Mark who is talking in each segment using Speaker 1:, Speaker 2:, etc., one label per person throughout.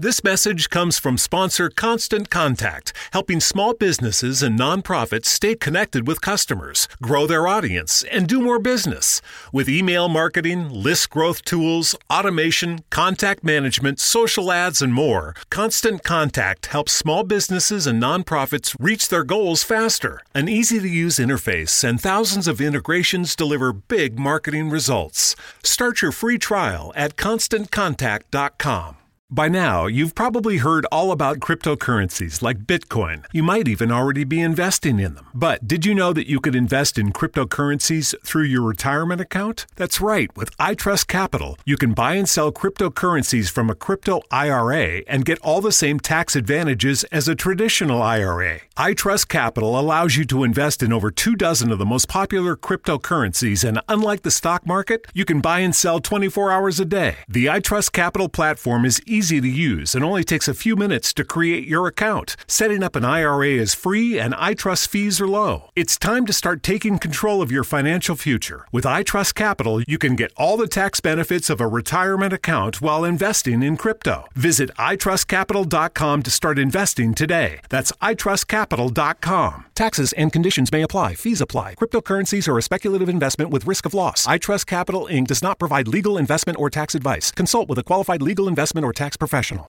Speaker 1: This message comes from sponsor Constant Contact, helping small businesses and nonprofits stay connected with customers, grow their audience, and do more business. With email marketing, list growth tools, automation, contact management, social ads, and more, Constant Contact helps small businesses and nonprofits reach their goals faster. An easy to use interface and thousands of integrations deliver big marketing results. Start your free trial at constantcontact.com. By now, you've probably heard all about cryptocurrencies like Bitcoin. You might even already be investing in them. But did you know that you could invest in cryptocurrencies through your retirement account? That's right. With iTrust Capital, you can buy and sell cryptocurrencies from a crypto IRA and get all the same tax advantages as a traditional IRA. iTrust Capital allows you to invest in over two dozen of the most popular cryptocurrencies, and unlike the stock market, you can buy and sell 24 hours a day. The iTrust Capital platform is easy to use and only takes a few minutes to create your account. Setting up an IRA is free and iTrust fees are low. It's time to start taking control of your financial future. With iTrust Capital, you can get all the tax benefits of a retirement account while investing in crypto. Visit itrustcapital.com to start investing today. That's itrustcapital.com. Taxes and conditions may apply. Fees apply. Cryptocurrencies are a speculative investment with risk of loss. iTrust Capital Inc. does not provide legal investment or tax advice. Consult with a qualified legal investment or tax professional.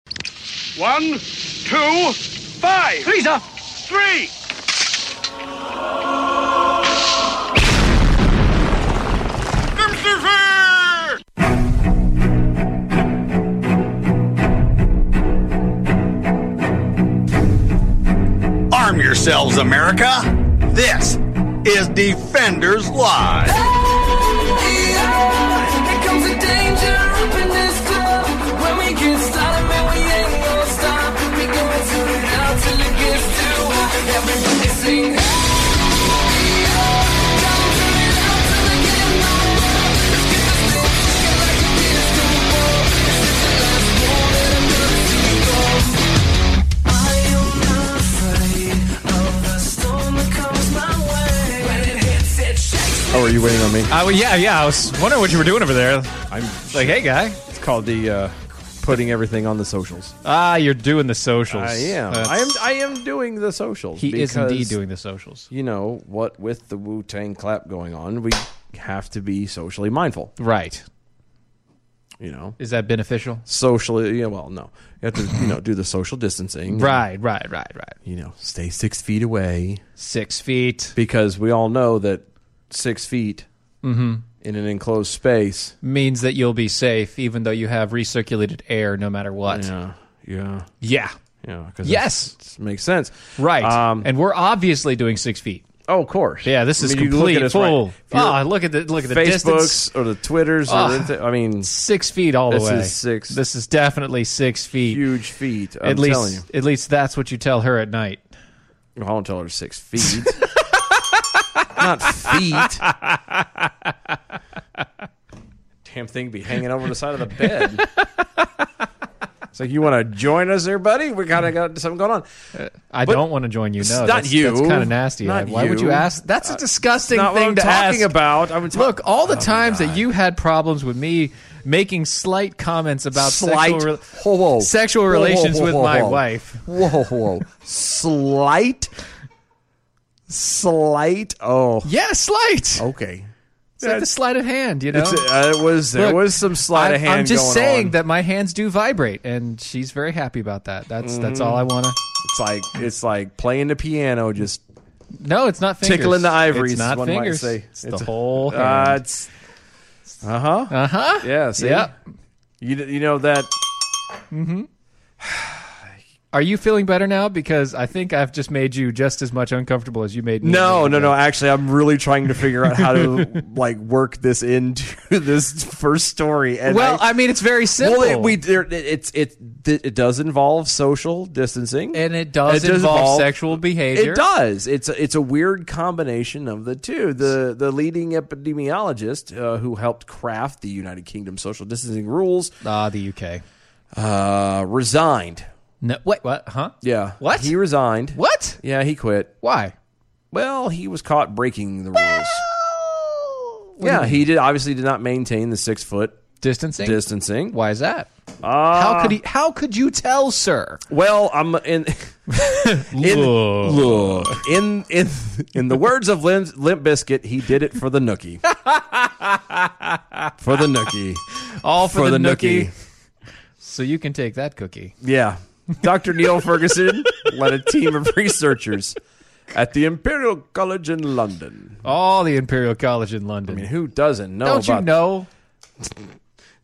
Speaker 2: One, two, five.
Speaker 3: Lisa!
Speaker 2: Three. Christopher!
Speaker 4: Arm yourselves, America. This is Defenders Live.
Speaker 5: Oh, are you waiting on me?
Speaker 6: Uh, well, yeah, yeah. I was wondering what you were doing over there.
Speaker 5: I'm
Speaker 6: Like, hey, guy.
Speaker 5: it's called the uh, putting everything on the socials.
Speaker 6: Ah, you're doing the socials.
Speaker 5: I am.
Speaker 6: Uh,
Speaker 5: I am. I am doing the socials.
Speaker 6: he is
Speaker 5: because,
Speaker 6: indeed doing the socials.
Speaker 5: You know what? With the Wu Tang clap going on, we have to be socially mindful.
Speaker 6: Right.
Speaker 5: You know,
Speaker 6: Is that beneficial?
Speaker 5: socially. Yeah. Well, no, you have to. You know, do the social distancing.
Speaker 6: Right, right, right, right.
Speaker 5: You know, stay six feet away
Speaker 6: Six feet.
Speaker 5: because we all know that six feet
Speaker 6: Mm-hmm.
Speaker 5: in an enclosed space.
Speaker 6: means that you'll be safe even though you have recirculated air no matter what. Yeah.
Speaker 5: Yeah. Yeah. Yeah. 'cause
Speaker 6: Yes.
Speaker 5: it's- it makes sense.
Speaker 6: Right.
Speaker 5: Um,
Speaker 6: and we're obviously doing six feet.
Speaker 5: Oh, of course.
Speaker 6: Yeah, this
Speaker 5: I
Speaker 6: is
Speaker 5: mean, you
Speaker 6: complete
Speaker 5: look at us
Speaker 6: fool.
Speaker 5: Right, If you're
Speaker 6: Ah, look at the look at the distance.
Speaker 5: Facebooks or the Twitters or anything. I mean,
Speaker 6: Six feet all the
Speaker 5: This
Speaker 6: way.
Speaker 5: is six.
Speaker 6: This is definitely six feet.
Speaker 5: huge feet. I'm
Speaker 6: at least,
Speaker 5: telling you.
Speaker 6: at least that's what you tell her at night.
Speaker 5: Well, I don't tell her six feet. Not feet. Damn thing be hanging over the side of the bed. It's like you want to join us there, buddy? We kind of got something going on.
Speaker 6: I
Speaker 5: But-
Speaker 6: don't want to join you. No,
Speaker 5: It's not
Speaker 6: that's,
Speaker 5: you.
Speaker 6: That's kind of nasty.
Speaker 5: Not
Speaker 6: Why would you
Speaker 5: you. Uh,
Speaker 6: ask? That's a disgusting
Speaker 5: Not what
Speaker 6: thing
Speaker 5: I'm
Speaker 6: to
Speaker 5: talking
Speaker 6: ask.
Speaker 5: about. I'm talking
Speaker 6: Look, all the times that you had problems with me making slight comments about
Speaker 5: slight
Speaker 6: sexual, re-
Speaker 5: whoa, whoa.
Speaker 6: sexual
Speaker 5: Whoa, whoa,
Speaker 6: relations
Speaker 5: whoa,
Speaker 6: with
Speaker 5: whoa,
Speaker 6: my
Speaker 5: whoa.
Speaker 6: wife.
Speaker 5: Whoa, whoa, slight, slight. Oh,
Speaker 6: Yeah, slight.
Speaker 5: okay.
Speaker 6: it's like the sleight of hand, you know.
Speaker 5: It's, uh, it was there
Speaker 6: Look,
Speaker 5: was some sleight
Speaker 6: I'm,
Speaker 5: of hand.
Speaker 6: I'm just
Speaker 5: going
Speaker 6: saying
Speaker 5: on.
Speaker 6: that my hands do vibrate, and she's very happy about that. That's that's all I
Speaker 5: Mm.
Speaker 6: want to.
Speaker 5: it's like it's like playing the piano, just
Speaker 6: No, it's not fingers.
Speaker 5: tickling the ivories.
Speaker 6: It's not
Speaker 5: one
Speaker 6: fingers.
Speaker 5: might say.
Speaker 6: It's, the whole
Speaker 5: Uh,
Speaker 6: hand.
Speaker 5: it's uh huh.
Speaker 6: Uh huh.
Speaker 5: yeah. See.
Speaker 6: Yep.
Speaker 5: You you know that
Speaker 6: Are you feeling better now? Because I think I've just made you just as much uncomfortable as you made me.
Speaker 5: No, no, no. Actually, I'm really trying to figure out how to like work this into this first story. And
Speaker 6: Well, I mean, it's very simple.
Speaker 5: well, it, we there, it, it's it it does involve social distancing,
Speaker 6: and it does involve, sexual behavior.
Speaker 5: It does. It's a, it's a weird combination of the two. The the leading epidemiologist uh, who helped craft the United Kingdom social distancing rules
Speaker 6: Ah, the UK.
Speaker 5: uh, resigned.
Speaker 6: No, wait, what? Huh?
Speaker 5: Yeah,
Speaker 6: What?
Speaker 5: he resigned?
Speaker 6: What?
Speaker 5: Yeah, he quit.
Speaker 6: Why?
Speaker 5: Well, he was Oh. caught breaking the rules. yeah, he did. Obviously, did not maintain the six foot
Speaker 6: distancing.
Speaker 5: distancing.
Speaker 6: Why is that?
Speaker 5: Ah.
Speaker 6: how could he? How could you tell, sir?
Speaker 5: Well, I'm in. in
Speaker 6: Look.
Speaker 5: look in in in the words of Limp, Limp Biscuit, he did it for the nookie. for the nookie.
Speaker 6: All for,
Speaker 5: For
Speaker 6: the,
Speaker 5: the
Speaker 6: nookie.
Speaker 5: nookie.
Speaker 6: So you can take that cookie.
Speaker 5: Yeah. Dr. Neil Ferguson led a team of researchers at the Imperial College in London.
Speaker 6: All the Imperial College in
Speaker 5: I
Speaker 6: London.
Speaker 5: mean, who doesn't know
Speaker 6: Don't
Speaker 5: about
Speaker 6: you know?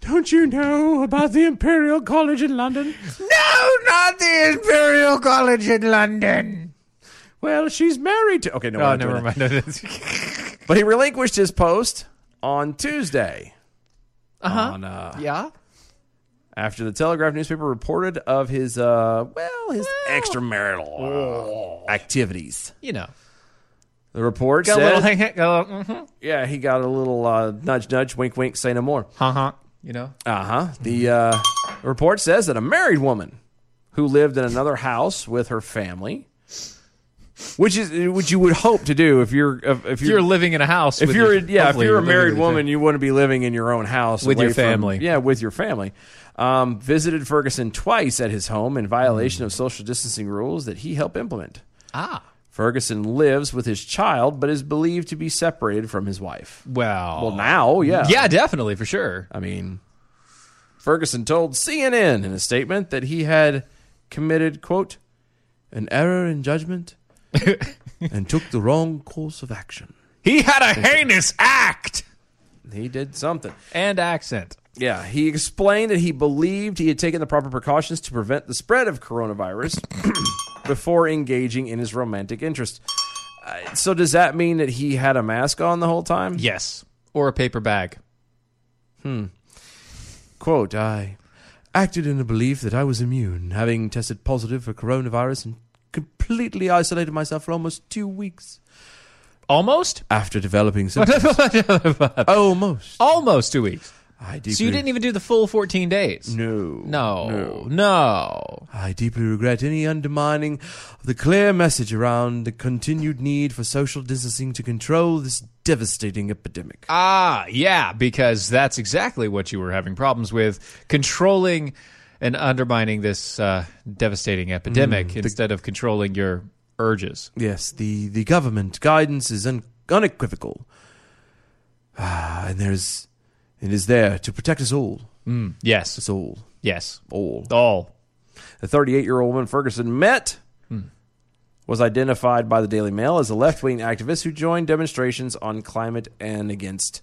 Speaker 5: Don't you know about the Imperial College in London?
Speaker 6: No, not the Imperial College in London.
Speaker 5: Well, she's married to Okay, no, we're
Speaker 6: Oh,
Speaker 5: not doing
Speaker 6: never
Speaker 5: that.
Speaker 6: mind.
Speaker 5: But he relinquished his post on Tuesday.
Speaker 6: Uh-huh.
Speaker 5: On, uh
Speaker 6: yeah.
Speaker 5: after the Telegraph newspaper reported of his uh well his extramarital uh, activities.
Speaker 6: You know.
Speaker 5: The report
Speaker 6: Got a little
Speaker 5: said,
Speaker 6: hang, hang- got a little, mhm.
Speaker 5: yeah, he got a little uh, nudge, nudge, wink, wink, say no more.
Speaker 6: Uh-huh. You know.
Speaker 5: Uh huh. The uh, report says that a married woman who lived in another house with her family, which is which you would hope to do if you're if, if
Speaker 6: If
Speaker 5: you're,
Speaker 6: you're living in a house
Speaker 5: if
Speaker 6: with
Speaker 5: you're
Speaker 6: your-
Speaker 5: yeah if
Speaker 6: hopefully
Speaker 5: you're a
Speaker 6: living
Speaker 5: married
Speaker 6: with your
Speaker 5: woman, you wouldn't be living in your own house
Speaker 6: With your
Speaker 5: away from-
Speaker 6: family.
Speaker 5: yeah, with your family. Um, visited Ferguson twice at his home in violation
Speaker 6: Hmm.
Speaker 5: of social distancing rules that he helped implement.
Speaker 6: Ah.
Speaker 5: Ferguson lives with his child, but is believed to be separated from his wife.
Speaker 6: Well.
Speaker 5: Well, now, yeah,
Speaker 6: Yeah, definitely for sure.
Speaker 5: I mean, Ferguson told CNN in a statement that he had committed, quote, an error in judgment and took the wrong course of action.
Speaker 6: He had a heinous act
Speaker 5: He did something.
Speaker 6: and accent.
Speaker 5: Yeah, he explained that he believed he had taken the proper precautions to prevent the spread of coronavirus before engaging in his romantic interest. Uh, so, does that mean that he had a mask on the whole time?
Speaker 6: Yes. Or a paper bag.
Speaker 5: Quote, I acted in the belief that I was immune, having tested positive for coronavirus and completely isolated myself for almost two weeks
Speaker 6: Almost?
Speaker 5: after developing symptoms. almost.
Speaker 6: Almost two weeks.
Speaker 5: I deeply,
Speaker 6: So you didn't even do the full 14 days.
Speaker 5: No.
Speaker 6: No. No.
Speaker 5: I deeply regret any undermining of the clear message around the continued need for social distancing to control this devastating epidemic.
Speaker 6: Ah, yeah, because that's exactly what you were having problems with controlling and undermining this uh, devastating epidemic instead of controlling your urges.
Speaker 5: Yes, the, the government guidance is un- unequivocal. Ah, and there's it is there to protect us all.
Speaker 6: Yes.
Speaker 5: Us all.
Speaker 6: Yes.
Speaker 5: All.
Speaker 6: All.
Speaker 5: The 38 year old woman Ferguson met was identified by the Daily Mail as a left wing activist who joined demonstrations on climate and against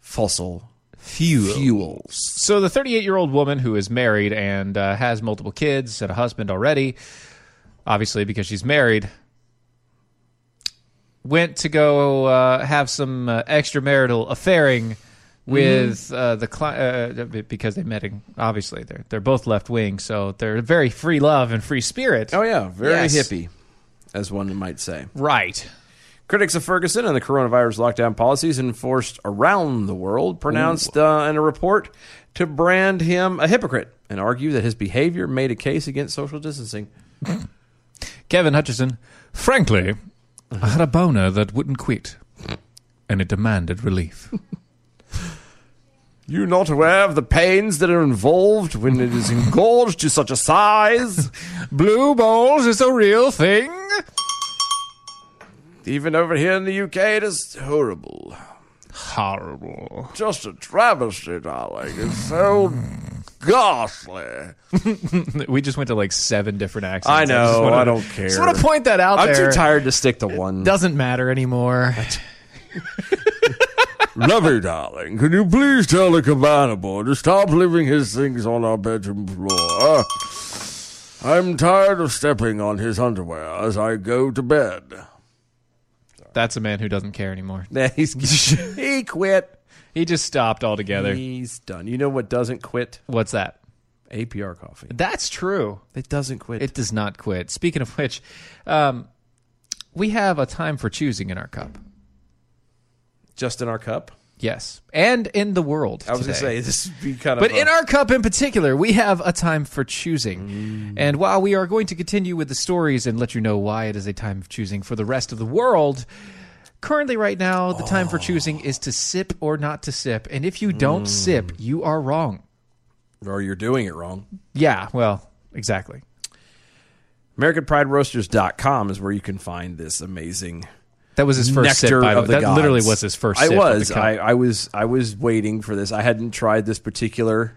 Speaker 5: fossil
Speaker 6: Fuel.
Speaker 5: fuels.
Speaker 6: So the 38 year old woman who is married and uh, has multiple kids and a husband already, obviously because she's married, went to go uh, have some uh, extramarital affairing with uh, the cli- uh, b- because they met. in- Obviously, they're they're both left wing, so they're very free love and free spirit.
Speaker 5: Oh, yeah. Very
Speaker 6: Yes.
Speaker 5: hippie, as one might say.
Speaker 6: Right.
Speaker 5: Critics of Ferguson and the coronavirus lockdown policies enforced around the world pronounced uh, in a report to brand him a hypocrite and argue that his behavior made a case against social distancing.
Speaker 6: Kevin Hutchison. Frankly, I had a boner that wouldn't quit, and it demanded relief.
Speaker 5: You not aware of the pains that are involved when it is engorged to such a size?
Speaker 6: Blue balls is a real thing.
Speaker 5: Even over here in the UK, it is horrible.
Speaker 6: horrible.
Speaker 5: Just a travesty, darling. It's so ghastly.
Speaker 6: We just went to like seven different accents.
Speaker 5: I know,
Speaker 6: just wanna-
Speaker 5: I don't care.
Speaker 6: Just want to point that out.
Speaker 5: I'm
Speaker 6: there.
Speaker 5: too tired to stick to one.
Speaker 6: Doesn't matter anymore.
Speaker 5: Lovey, darling, can you please tell the cabana boy to stop leaving his things on our bedroom floor? Uh, I'm tired of stepping on his underwear as I go to bed.
Speaker 6: That's a man who doesn't care anymore.
Speaker 5: he quit.
Speaker 6: He just stopped altogether.
Speaker 5: He's done. You know what doesn't quit?
Speaker 6: What's that?
Speaker 5: APR coffee.
Speaker 6: That's true.
Speaker 5: It doesn't quit.
Speaker 6: It does not quit. Speaking of which, um, we have a time for choosing in our cup.
Speaker 5: just in our cup.
Speaker 6: Yes, and in the world.
Speaker 5: I was going to
Speaker 6: today.
Speaker 5: say this would be kind of.
Speaker 6: But in our cup in particular, we have a time for
Speaker 5: Mm.
Speaker 6: choosing. And while we are going to continue with the stories and let you know why it is a time of choosing for the rest of the world, Currently, right now, the time for choosing is to sip or not to sip. And if you
Speaker 5: Mm.
Speaker 6: don't sip, you are wrong.
Speaker 5: Or you're doing it wrong.
Speaker 6: Yeah, well, exactly.
Speaker 5: AmericanPrideRoasters.com is where you can find this amazing
Speaker 6: That was his first
Speaker 5: nectar
Speaker 6: sip. By the
Speaker 5: of the
Speaker 6: way. That
Speaker 5: gods.
Speaker 6: literally was his first.
Speaker 5: I
Speaker 6: sip of the
Speaker 5: was.
Speaker 6: cup.
Speaker 5: I, I was. I was waiting for this. I hadn't tried this particular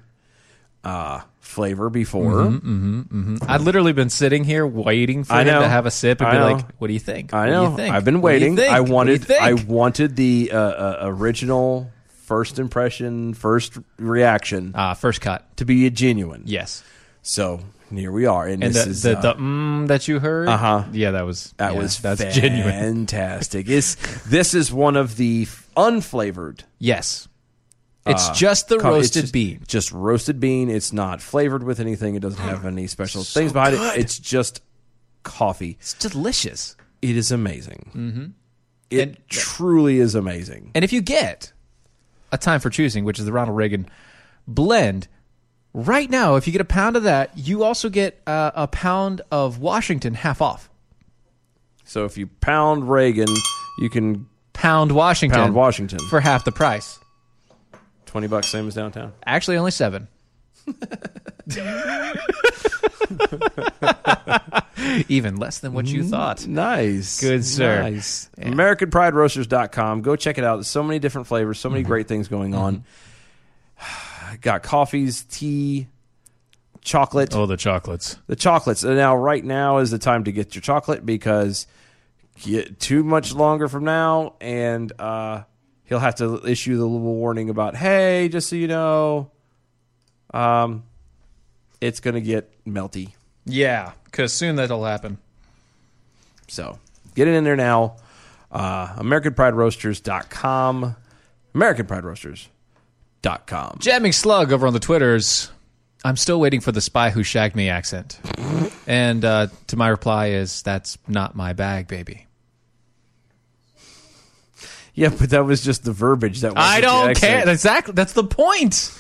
Speaker 5: uh, flavor before.
Speaker 6: Mm-hmm, I'd literally been sitting here waiting for
Speaker 5: I
Speaker 6: him
Speaker 5: know.
Speaker 6: to have a sip and
Speaker 5: I
Speaker 6: be
Speaker 5: know.
Speaker 6: like, "What do you think?
Speaker 5: I
Speaker 6: What do
Speaker 5: know.
Speaker 6: you think?
Speaker 5: I've been
Speaker 6: What do you
Speaker 5: waited.
Speaker 6: think?
Speaker 5: I
Speaker 6: What do you
Speaker 5: wanted.
Speaker 6: think?"
Speaker 5: I wanted the uh, uh, original first impression, first reaction
Speaker 6: Ah, first cut.
Speaker 5: to be a genuine.
Speaker 6: Yes,
Speaker 5: So here we are, and,
Speaker 6: and
Speaker 5: this
Speaker 6: the
Speaker 5: is
Speaker 6: the,
Speaker 5: uh,
Speaker 6: the mm that you heard. Uh
Speaker 5: Uh-huh.
Speaker 6: Yeah, that was
Speaker 5: that
Speaker 6: yeah,
Speaker 5: was
Speaker 6: that's genuine.
Speaker 5: fantastic. It's this is one of the unflavored
Speaker 6: Yes, it's just the
Speaker 5: Uh, Come- it's
Speaker 6: roasted
Speaker 5: just-
Speaker 6: bean.
Speaker 5: Just roasted bean. It's not flavored with anything. It doesn't have any special things behind it. It's just coffee.
Speaker 6: It's delicious.
Speaker 5: It is amazing. Mm-hmm. It
Speaker 6: And-
Speaker 5: truly is amazing.
Speaker 6: And if you get a time for choosing, which is the Ronald Reagan blend, right now, if you get a pound of that, you also get uh, a pound of Washington half off.
Speaker 5: So if you pound Reagan, you can
Speaker 6: Pound Washington.
Speaker 5: pound Washington.
Speaker 6: for half the price.
Speaker 5: Twenty bucks, same as downtown.
Speaker 6: Actually, only seven. Even less than what
Speaker 5: Mm.
Speaker 6: you thought.
Speaker 5: Nice.
Speaker 6: Good, sir.
Speaker 5: Nice. AmericanPrideRoasters.com. Go check it out. There's so many different flavors, so many great things going on. Got coffees, tea, chocolate.
Speaker 6: the chocolates.
Speaker 5: Oh, the chocolates. And now, right now is the time to get your chocolate because get too much longer from now, and uh, he'll have to issue the little warning about, hey, just so you know, um, it's going to get melty.
Speaker 6: Yeah, because soon that'll happen.
Speaker 5: So get it in there now. Uh, AmericanPrideRoasters.com. AmericanPrideRoasters.com.
Speaker 6: Jamming Slug over on the Twitters. I'm still waiting for the spy who shagged me accent. and uh, to my reply is, that's not my bag, baby.
Speaker 5: Yeah, but that was just the verbiage that was.
Speaker 6: I don't care. Exactly. That's the point.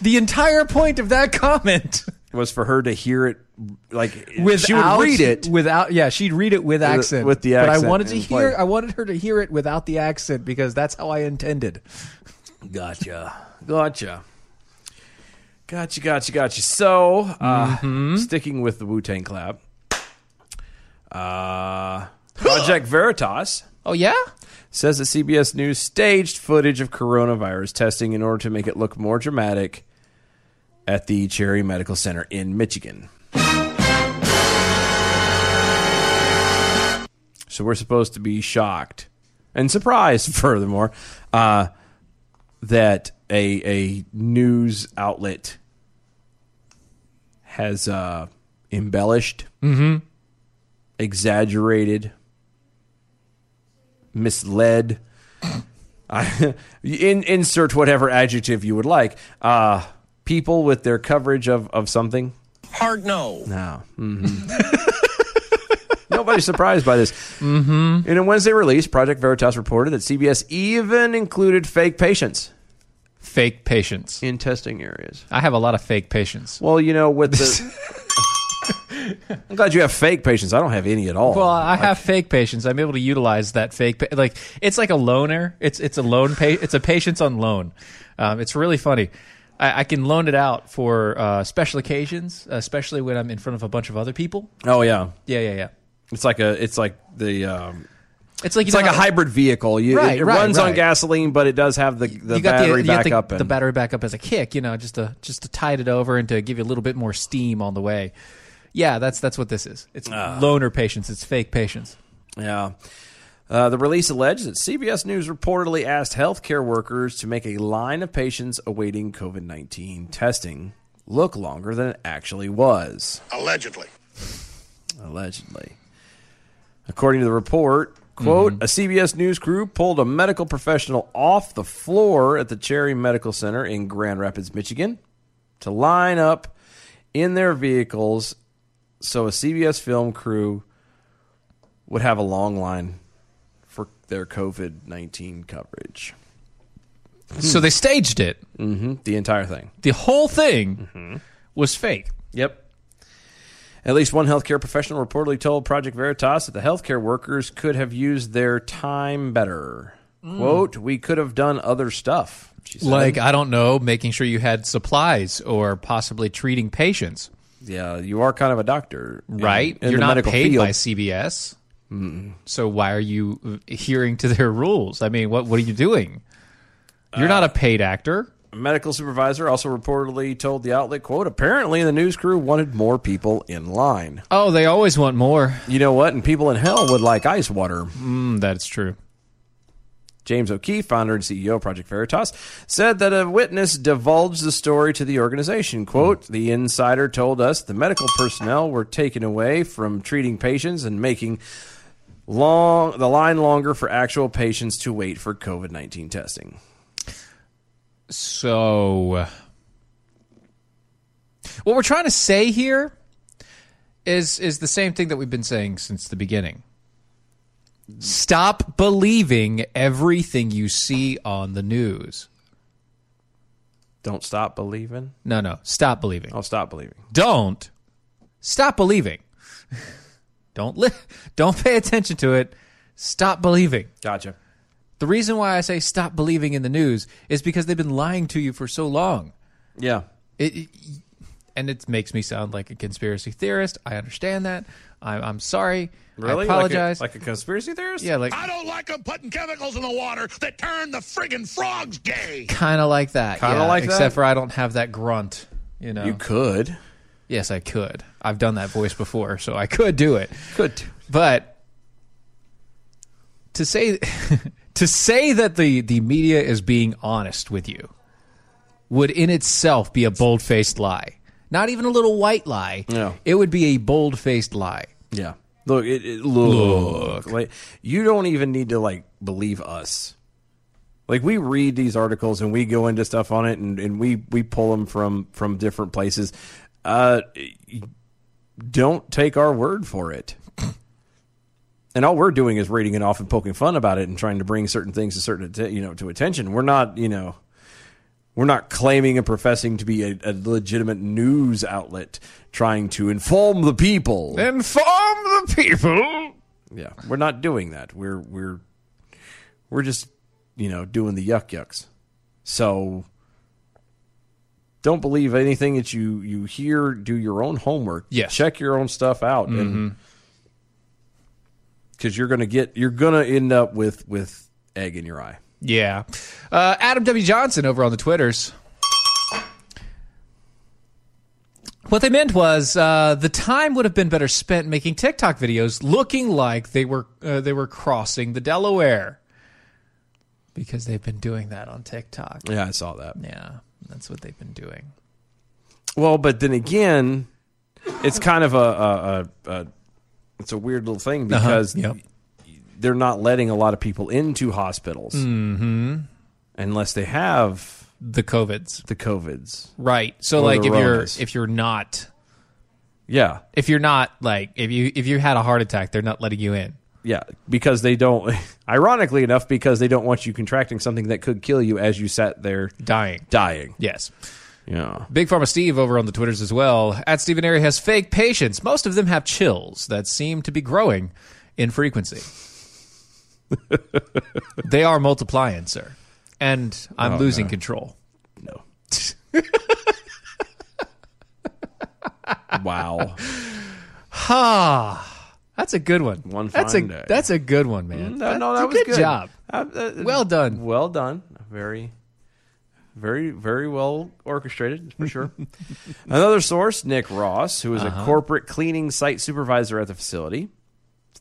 Speaker 6: The entire point of that comment.
Speaker 5: was for her to hear it, like
Speaker 6: without
Speaker 5: she would read it.
Speaker 6: without yeah she'd read it with accent
Speaker 5: with the
Speaker 6: but
Speaker 5: accent
Speaker 6: i wanted to
Speaker 5: in
Speaker 6: hear
Speaker 5: play.
Speaker 6: i wanted her to hear it without the accent because that's how i intended
Speaker 5: Gotcha. Gotcha. Gotcha, gotcha, gotcha. So, uh, sticking with the Wu Tang Club, uh, Project Veritas
Speaker 6: oh yeah
Speaker 5: says that CBS News staged footage of coronavirus testing in order to make it look more dramatic at the Cherry Medical Center in Michigan. So we're supposed to be shocked and surprised, furthermore, uh, that a a news outlet has uh, embellished, exaggerated, misled. I, in, insert whatever adjective you would like. Uh, people with their coverage of, of something.
Speaker 3: Hard no.
Speaker 5: No. hmm Nobody's surprised by this. Mm-hmm. In a Wednesday release, Project Veritas reported that CBS even included fake patients
Speaker 6: fake patience
Speaker 5: in testing areas.
Speaker 6: i have a lot of fake patience
Speaker 5: Well, you know, with the. I'm glad you have fake patients. I don't have any at all.
Speaker 6: well i have fake patience i'm able to utilize that fake pa- like it's like a loaner it's it's a loan pa- it's a patience on loan um, it's really funny I, I can loan it out for uh, special occasions especially when i'm in front of a bunch of other people
Speaker 5: oh yeah,
Speaker 6: yeah yeah yeah
Speaker 5: it's like a it's like the um,
Speaker 6: it's like you
Speaker 5: it's
Speaker 6: know
Speaker 5: like a
Speaker 6: how-
Speaker 5: hybrid vehicle. You,
Speaker 6: Right,
Speaker 5: it
Speaker 6: right,
Speaker 5: runs on
Speaker 6: right.
Speaker 5: gasoline, but it does have the, the
Speaker 6: you got
Speaker 5: battery
Speaker 6: the, you got the-
Speaker 5: backup.
Speaker 6: the,
Speaker 5: and,
Speaker 6: battery backup as a kick, you know, just to just to tide it over and to give you a little bit more steam on the way. Yeah, that's that's what this is. It's
Speaker 5: Ah.
Speaker 6: loner patience. It's fake patience.
Speaker 5: Yeah. Uh, the release alleged that CBS News reportedly asked healthcare workers to make a line of patients awaiting COVID 19 testing look longer than it actually was,
Speaker 2: Allegedly.
Speaker 5: allegedly. According to the report, quote, a CBS News crew pulled a medical professional off the floor at the Cherry Medical Center in Grand Rapids, Michigan to line up in their vehicles so a CBS film crew would have a long line for their COVID 19 coverage. Hmm.
Speaker 6: So they staged it.
Speaker 5: The entire thing. Mm-hmm.
Speaker 6: The whole thing was fake.
Speaker 5: Yep. At least one healthcare professional reportedly told Project Veritas that the healthcare workers could have used their time better. Quote, we could have done other stuff. She said.
Speaker 6: Mm. Like, I don't know, making sure you had supplies or possibly treating patients,
Speaker 5: yeah, you are kind of a doctor. in-
Speaker 6: right?
Speaker 5: in
Speaker 6: You're
Speaker 5: the
Speaker 6: not
Speaker 5: medical
Speaker 6: paid
Speaker 5: field.
Speaker 6: by CBS. So why are you adhering to their rules? I mean, what what are you doing? You're
Speaker 5: Uh,
Speaker 6: not a paid actor.
Speaker 5: A medical supervisor also reportedly told the outlet, quote, apparently the news crew wanted more people in line.
Speaker 6: Oh, they always want more.
Speaker 5: You know what? And people in hell would like ice water.
Speaker 6: Mm, that's true.
Speaker 5: James O'Keefe, founder and CEO of Project Veritas, said that a witness divulged the story to the organization. Quote, the insider told us the medical personnel were taken away from treating patients and making long the line longer for actual patients to wait for COVID nineteen testing.
Speaker 6: So, what we're trying to say here is is the same thing that we've been saying since the beginning. Stop believing everything you see on the news.
Speaker 5: Don't stop believing.
Speaker 6: No, no, stop believing.
Speaker 5: I'll stop believing.
Speaker 6: Don't stop believing. don't li- don't pay attention to it. Stop believing.
Speaker 5: Gotcha.
Speaker 6: The reason why I say stop believing in the news is because they've been lying to you for so long.
Speaker 5: Yeah.
Speaker 6: it, it- and it makes me sound like a conspiracy theorist. I understand that. I'm, I'm sorry. I apologize.
Speaker 5: Like a, conspiracy theorist?
Speaker 6: yeah, like
Speaker 3: I don't like them putting chemicals in the water that turn the friggin' frogs gay.
Speaker 6: kind of like that.
Speaker 5: Kinda
Speaker 6: yeah,
Speaker 5: like
Speaker 6: except
Speaker 5: that?
Speaker 6: for I don't have that grunt. You know.
Speaker 5: You could.
Speaker 6: yes, I could. I've done that voice before, so I could do it.
Speaker 5: Could.
Speaker 6: But to say to say that the the media is being honest with you would in itself be a bold-faced lie. Not even a little white lie.
Speaker 5: No.
Speaker 6: It would be a bold-faced lie.
Speaker 5: Yeah. Look, it, it look, like you don't even need to like believe us. Like we read these articles and we go into stuff on it and, and we we pull them from from different places. Uh, don't take our word for it. And all we're doing is reading it off and poking fun about it and trying to bring certain things to certain atten- you know to attention. We're not you know we're not claiming and professing to be a, a legitimate news outlet trying to inform the people.
Speaker 6: Inform the people.
Speaker 5: Yeah, we're not doing that. We're we're we're just you know doing the yuck yucks. So don't believe anything that you you hear. Do your own homework.
Speaker 6: Yes.
Speaker 5: check your own stuff out, and because you're gonna get you're gonna end up with with egg in your eye.
Speaker 6: Yeah. Uh, Adam W. Johnson over on the Twitters. What they meant was uh, the time would have been better spent making TikTok videos looking like they were uh, they were crossing the Delaware because they've been doing that on TikTok.
Speaker 5: Yeah, I saw that.
Speaker 6: Yeah, that's what they've been doing.
Speaker 5: Well, but then again, it's kind of a, a, a, a it's a weird little thing because
Speaker 6: Uh-huh. yep.
Speaker 5: they're not letting a lot of people into hospitals mm-hmm. unless they have
Speaker 6: The covids,
Speaker 5: the covids.
Speaker 6: right? So
Speaker 5: Or the
Speaker 6: like if you're
Speaker 5: Ronas.
Speaker 6: if you're not
Speaker 5: Yeah,
Speaker 6: if you're not like if you if you had a heart attack, they're not letting you in.
Speaker 5: yeah, because they don't. Ironically enough, because they don't want you contracting something that could kill you as you sat there
Speaker 6: Dying.
Speaker 5: dying.
Speaker 6: Yes.
Speaker 5: Yeah,
Speaker 6: Big Pharma Steve over on the Twitters as well. At Stephen Airy has fake patients. Most of them have chills that seem to be growing in frequency. they are multiplying, sir. And I'm
Speaker 5: Oh,
Speaker 6: losing control.
Speaker 5: no. wow,
Speaker 6: Ha! That's a good one.
Speaker 5: One
Speaker 6: that's a
Speaker 5: fine day. Mm,
Speaker 6: that's a good one, man.
Speaker 5: no, no,
Speaker 6: That's
Speaker 5: that was
Speaker 6: a good, job.
Speaker 5: Uh, uh,
Speaker 6: Well done.
Speaker 5: Well done. Very, very, very well orchestrated, for sure. Another source, Nick Ross, who is
Speaker 6: Uh-huh.
Speaker 5: a corporate cleaning site supervisor at the facility,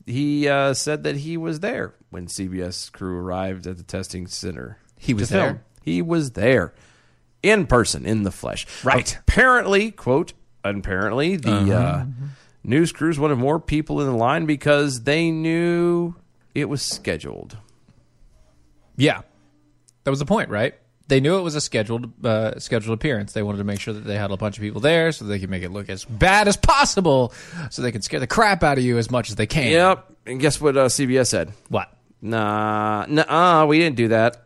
Speaker 5: he uh, said that he was there when CBS crew arrived at the testing center.
Speaker 6: He was
Speaker 5: to film.
Speaker 6: there?
Speaker 5: He was there in person, in the flesh.
Speaker 6: Right. Uh-huh.
Speaker 5: Apparently, quote, apparently, the uh, news crews wanted more people in the line because they knew it was scheduled.
Speaker 6: Yeah, that was the point, right? They knew it was a scheduled uh, scheduled appearance. They wanted to make sure that they had a bunch of people there so they could make it look as bad as possible, so they can scare the crap out of you as much as they can.
Speaker 5: Yep. And guess what uh, CBS said?
Speaker 6: What?
Speaker 5: Nah, nah, we didn't do that.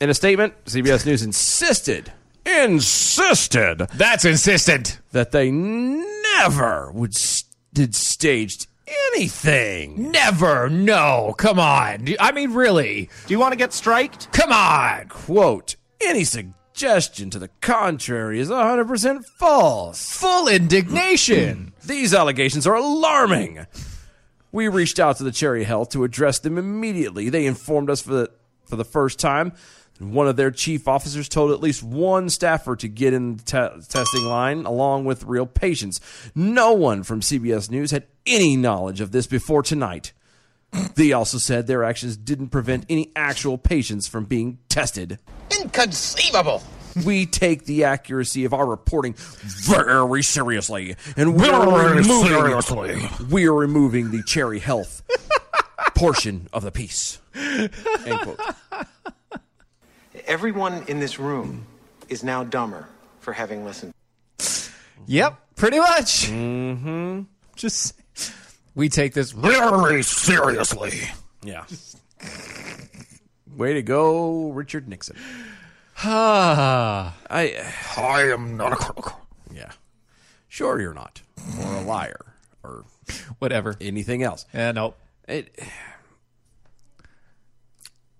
Speaker 5: In a statement, CBS News insisted, insisted
Speaker 6: That's insistent.
Speaker 5: that they never never would s- did staged anything.
Speaker 6: Never. No. Come on. I mean, really.
Speaker 7: Do you want to get striked?
Speaker 6: Come on.
Speaker 5: Quote, any suggestion to the contrary is 100% false.
Speaker 6: Full indignation.
Speaker 5: These allegations are alarming. We reached out to the Cherry Health to address them immediately. They informed us for the for the first time. One of their chief officers told at least one staffer to get in the te- testing line along with real patients. No one from CBS News had any knowledge of this before tonight. They also said their actions didn't prevent any actual patients from being tested.
Speaker 8: Inconceivable!
Speaker 5: We take the accuracy of our reporting very seriously, and we are removing, We are removing the cherry health portion of the piece. End quote.
Speaker 9: Everyone in this room is now dumber for having listened.
Speaker 6: Yep. Pretty much. Mm-hmm. Just. We take this.
Speaker 3: Very seriously.
Speaker 5: Yeah. Way to go, Richard Nixon.
Speaker 6: Ah.
Speaker 5: I
Speaker 3: I am not a crook.
Speaker 5: yeah. Sure, you're not, or a liar, or
Speaker 6: Whatever.
Speaker 5: anything else.
Speaker 6: Yeah. Nope.
Speaker 5: It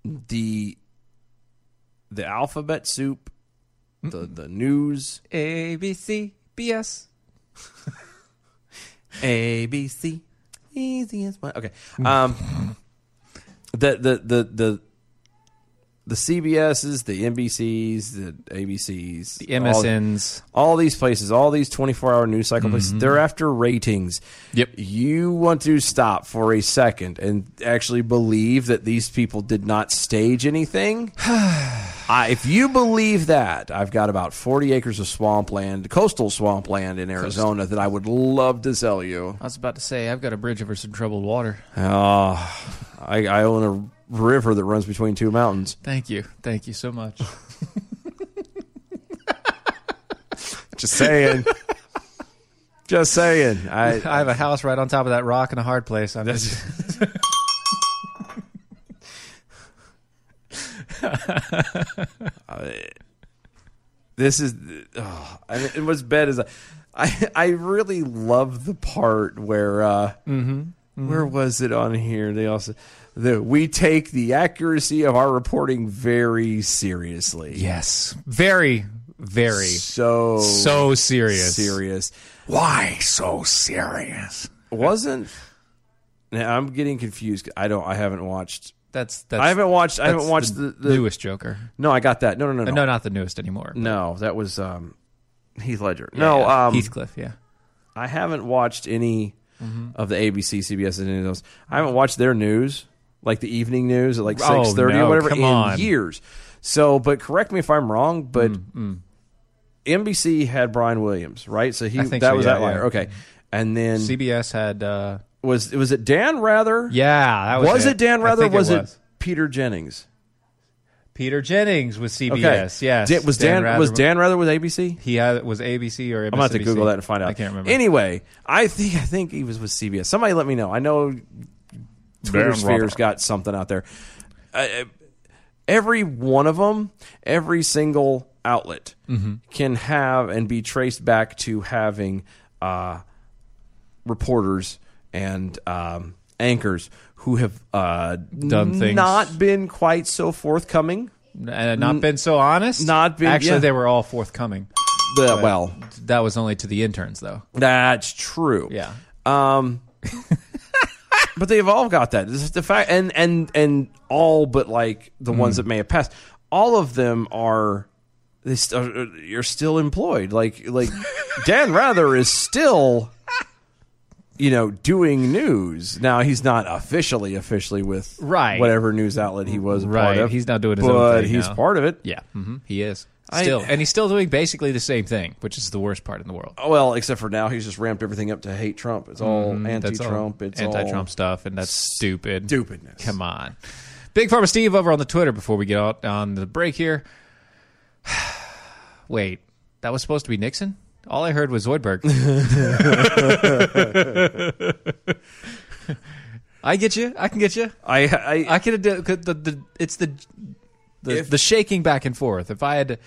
Speaker 5: the the alphabet soup, the the news,
Speaker 6: A B C B S.
Speaker 5: A B C, easy as my okay.
Speaker 6: Mm.
Speaker 5: Um, the the the the the CBSs, the NBCs, the ABCs, the
Speaker 6: MSNs.
Speaker 5: all these places, all these 24 hour news cycle places, they're after ratings.
Speaker 6: Yep.
Speaker 5: You want to stop for a second and actually believe that these people did not stage anything? I, if you believe that, I've got about 40 acres of swampland, coastal swampland in Arizona that I would love to sell you.
Speaker 6: I was about to say I've got a bridge over some troubled water.
Speaker 5: Oh, I, I own a river that runs between two mountains.
Speaker 6: Thank you. Thank you so much.
Speaker 5: Just saying. Just saying. I,
Speaker 6: I have a house right on top of that rock in a hard place. I'm
Speaker 5: this is oh, I mean, and what's bad is I, I I really love the part where uh
Speaker 6: Mm-hmm.
Speaker 5: where was it on here they also the we take the accuracy of our reporting very seriously
Speaker 6: yes, very, very,
Speaker 5: so
Speaker 6: so serious.
Speaker 5: serious
Speaker 3: Why so serious?
Speaker 5: wasn't now I'm getting confused 'cause I don't I haven't watched
Speaker 6: That's that's.
Speaker 5: I haven't watched I haven't
Speaker 6: that's
Speaker 5: watched the, the
Speaker 6: newest Joker. Uh,
Speaker 5: no I got that no no no no
Speaker 6: No, not the newest anymore.
Speaker 5: no that was um Heath Ledger no
Speaker 6: Yeah,
Speaker 5: um
Speaker 6: Heathcliff. Yeah,
Speaker 5: I haven't watched any
Speaker 6: Mm-hmm.
Speaker 5: of the ABC, CBS, and any of those. I haven't watched their news, like the evening news at like six
Speaker 6: Oh,
Speaker 5: thirty
Speaker 6: no,
Speaker 5: or whatever,
Speaker 6: come
Speaker 5: in
Speaker 6: on. Mm,
Speaker 5: years. So, but correct me if I'm wrong, but NBC had Brian Williams, right? So he
Speaker 6: I
Speaker 5: that
Speaker 6: think so,
Speaker 5: was
Speaker 6: yeah,
Speaker 5: that liar,
Speaker 6: yeah.
Speaker 5: okay. And then
Speaker 6: CBS had. uh
Speaker 5: was was it Dan Rather?
Speaker 6: Yeah, that was,
Speaker 5: was it, Dan
Speaker 6: I
Speaker 5: Rather?
Speaker 6: think
Speaker 5: Was it,
Speaker 6: was.
Speaker 5: Peter Jennings?
Speaker 6: Peter Jennings with CBS?
Speaker 5: Okay,
Speaker 6: Yes,
Speaker 5: Dan- was Dan,
Speaker 6: Rather-
Speaker 5: was Dan Rather with ABC?
Speaker 6: He had, was ABC or MSNBC?
Speaker 5: I'm about to Google that and find out.
Speaker 6: I can't remember.
Speaker 5: Anyway, I think I think he was with CBS. Somebody let me know. I know Twitter sphere's got something out there. I- I- every one of them, every single outlet
Speaker 6: Mm-hmm.
Speaker 5: can have and be traced back to having uh, reporters and um, anchors who have uh,
Speaker 6: Done things.
Speaker 5: not been quite so forthcoming.
Speaker 6: Uh, not been so honest.
Speaker 5: Not been-
Speaker 6: Actually,
Speaker 5: yeah.
Speaker 6: they were all forthcoming.
Speaker 5: The- well,
Speaker 6: That was only to the interns, though.
Speaker 5: that's true.
Speaker 6: Yeah.
Speaker 5: Um, but they've all got that. This is the fact, and and and all but like the ones
Speaker 6: Hmm.
Speaker 5: that may have passed, all of them are they st- uh, you're still employed. Like like Dan Rather is still, you know, doing news. Now he's not officially officially with
Speaker 6: Right.
Speaker 5: whatever news outlet he was a part
Speaker 6: Right.
Speaker 5: of.
Speaker 6: He's not doing his
Speaker 5: but
Speaker 6: own thing
Speaker 5: he's
Speaker 6: now.
Speaker 5: part of it.
Speaker 6: Yeah, hmm he is still, and he's still doing basically the same thing, which is the worst part in the world.
Speaker 5: Oh, Well, except for now, he's just ramped everything up to hate Trump. It's all
Speaker 6: Mm-hmm. That's all
Speaker 5: anti-Trump. It's all-
Speaker 6: anti-Trump stuff, and that's stupid.
Speaker 5: stupidness.
Speaker 6: Come on, Big Pharma Steve over on the Twitter before we get out on the break here. Wait, that was supposed to be Nixon. All I heard was Zoidberg. I get you. I can get you.
Speaker 5: I, I
Speaker 6: I could have. The, the, it's the the, the shaking back and forth. If I had, to,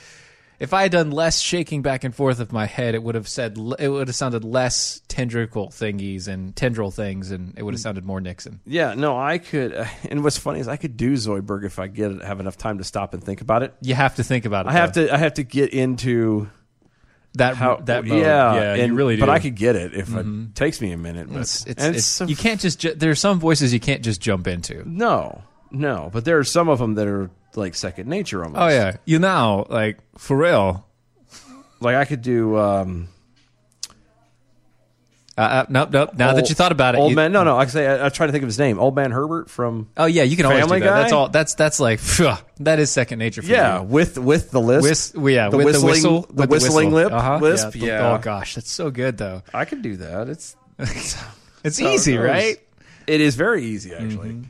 Speaker 6: if I had done less shaking back and forth of my head, it would have said l- it would have sounded less tendrical thingies and tendril things, and it would have
Speaker 5: Mm.
Speaker 6: sounded more Nixon.
Speaker 5: Yeah, no, I could. uh, and what's funny is I could do Zoidberg if I get have enough time to stop and think about it.
Speaker 6: You have to think about it.
Speaker 5: I have
Speaker 6: though.
Speaker 5: to. I have to get into
Speaker 6: that
Speaker 5: how
Speaker 6: that mode.
Speaker 5: Yeah,
Speaker 6: you
Speaker 5: and-
Speaker 6: really do. Mm-hmm.
Speaker 5: But I could get it if it takes me a minute. But
Speaker 6: It's, it's,
Speaker 5: and
Speaker 6: it's-
Speaker 5: so-
Speaker 6: you can't just ju- there are some voices you can't just jump into.
Speaker 5: No, no. But there are some of them that are like second nature almost.
Speaker 6: Oh yeah, you know, like for real.
Speaker 5: Like I could do. um
Speaker 6: Uh, uh, nope, nope. Now that
Speaker 5: old-
Speaker 6: you thought about it,
Speaker 5: old
Speaker 6: you-
Speaker 5: man. No, no. I say I, I try to think of his name. Old man Herbert from.
Speaker 6: Oh yeah, you can always
Speaker 5: Family
Speaker 6: do that. That's
Speaker 5: Guy?
Speaker 6: all. That's that's like phew, that is second nature for
Speaker 5: Yeah,
Speaker 6: you.
Speaker 5: with with the list.
Speaker 6: Whis- well, yeah,
Speaker 5: the
Speaker 6: with
Speaker 5: whistling,
Speaker 6: the whistle,
Speaker 5: the
Speaker 6: with
Speaker 5: whistling
Speaker 6: whistle.
Speaker 5: lip,
Speaker 6: uh-huh.
Speaker 5: wisp.
Speaker 6: Yeah,
Speaker 5: Yeah.
Speaker 6: Oh gosh, that's so good though.
Speaker 5: I could do that. It's
Speaker 6: It's easy,
Speaker 5: it's-
Speaker 6: right? Mm-hmm.
Speaker 5: It is very easy actually.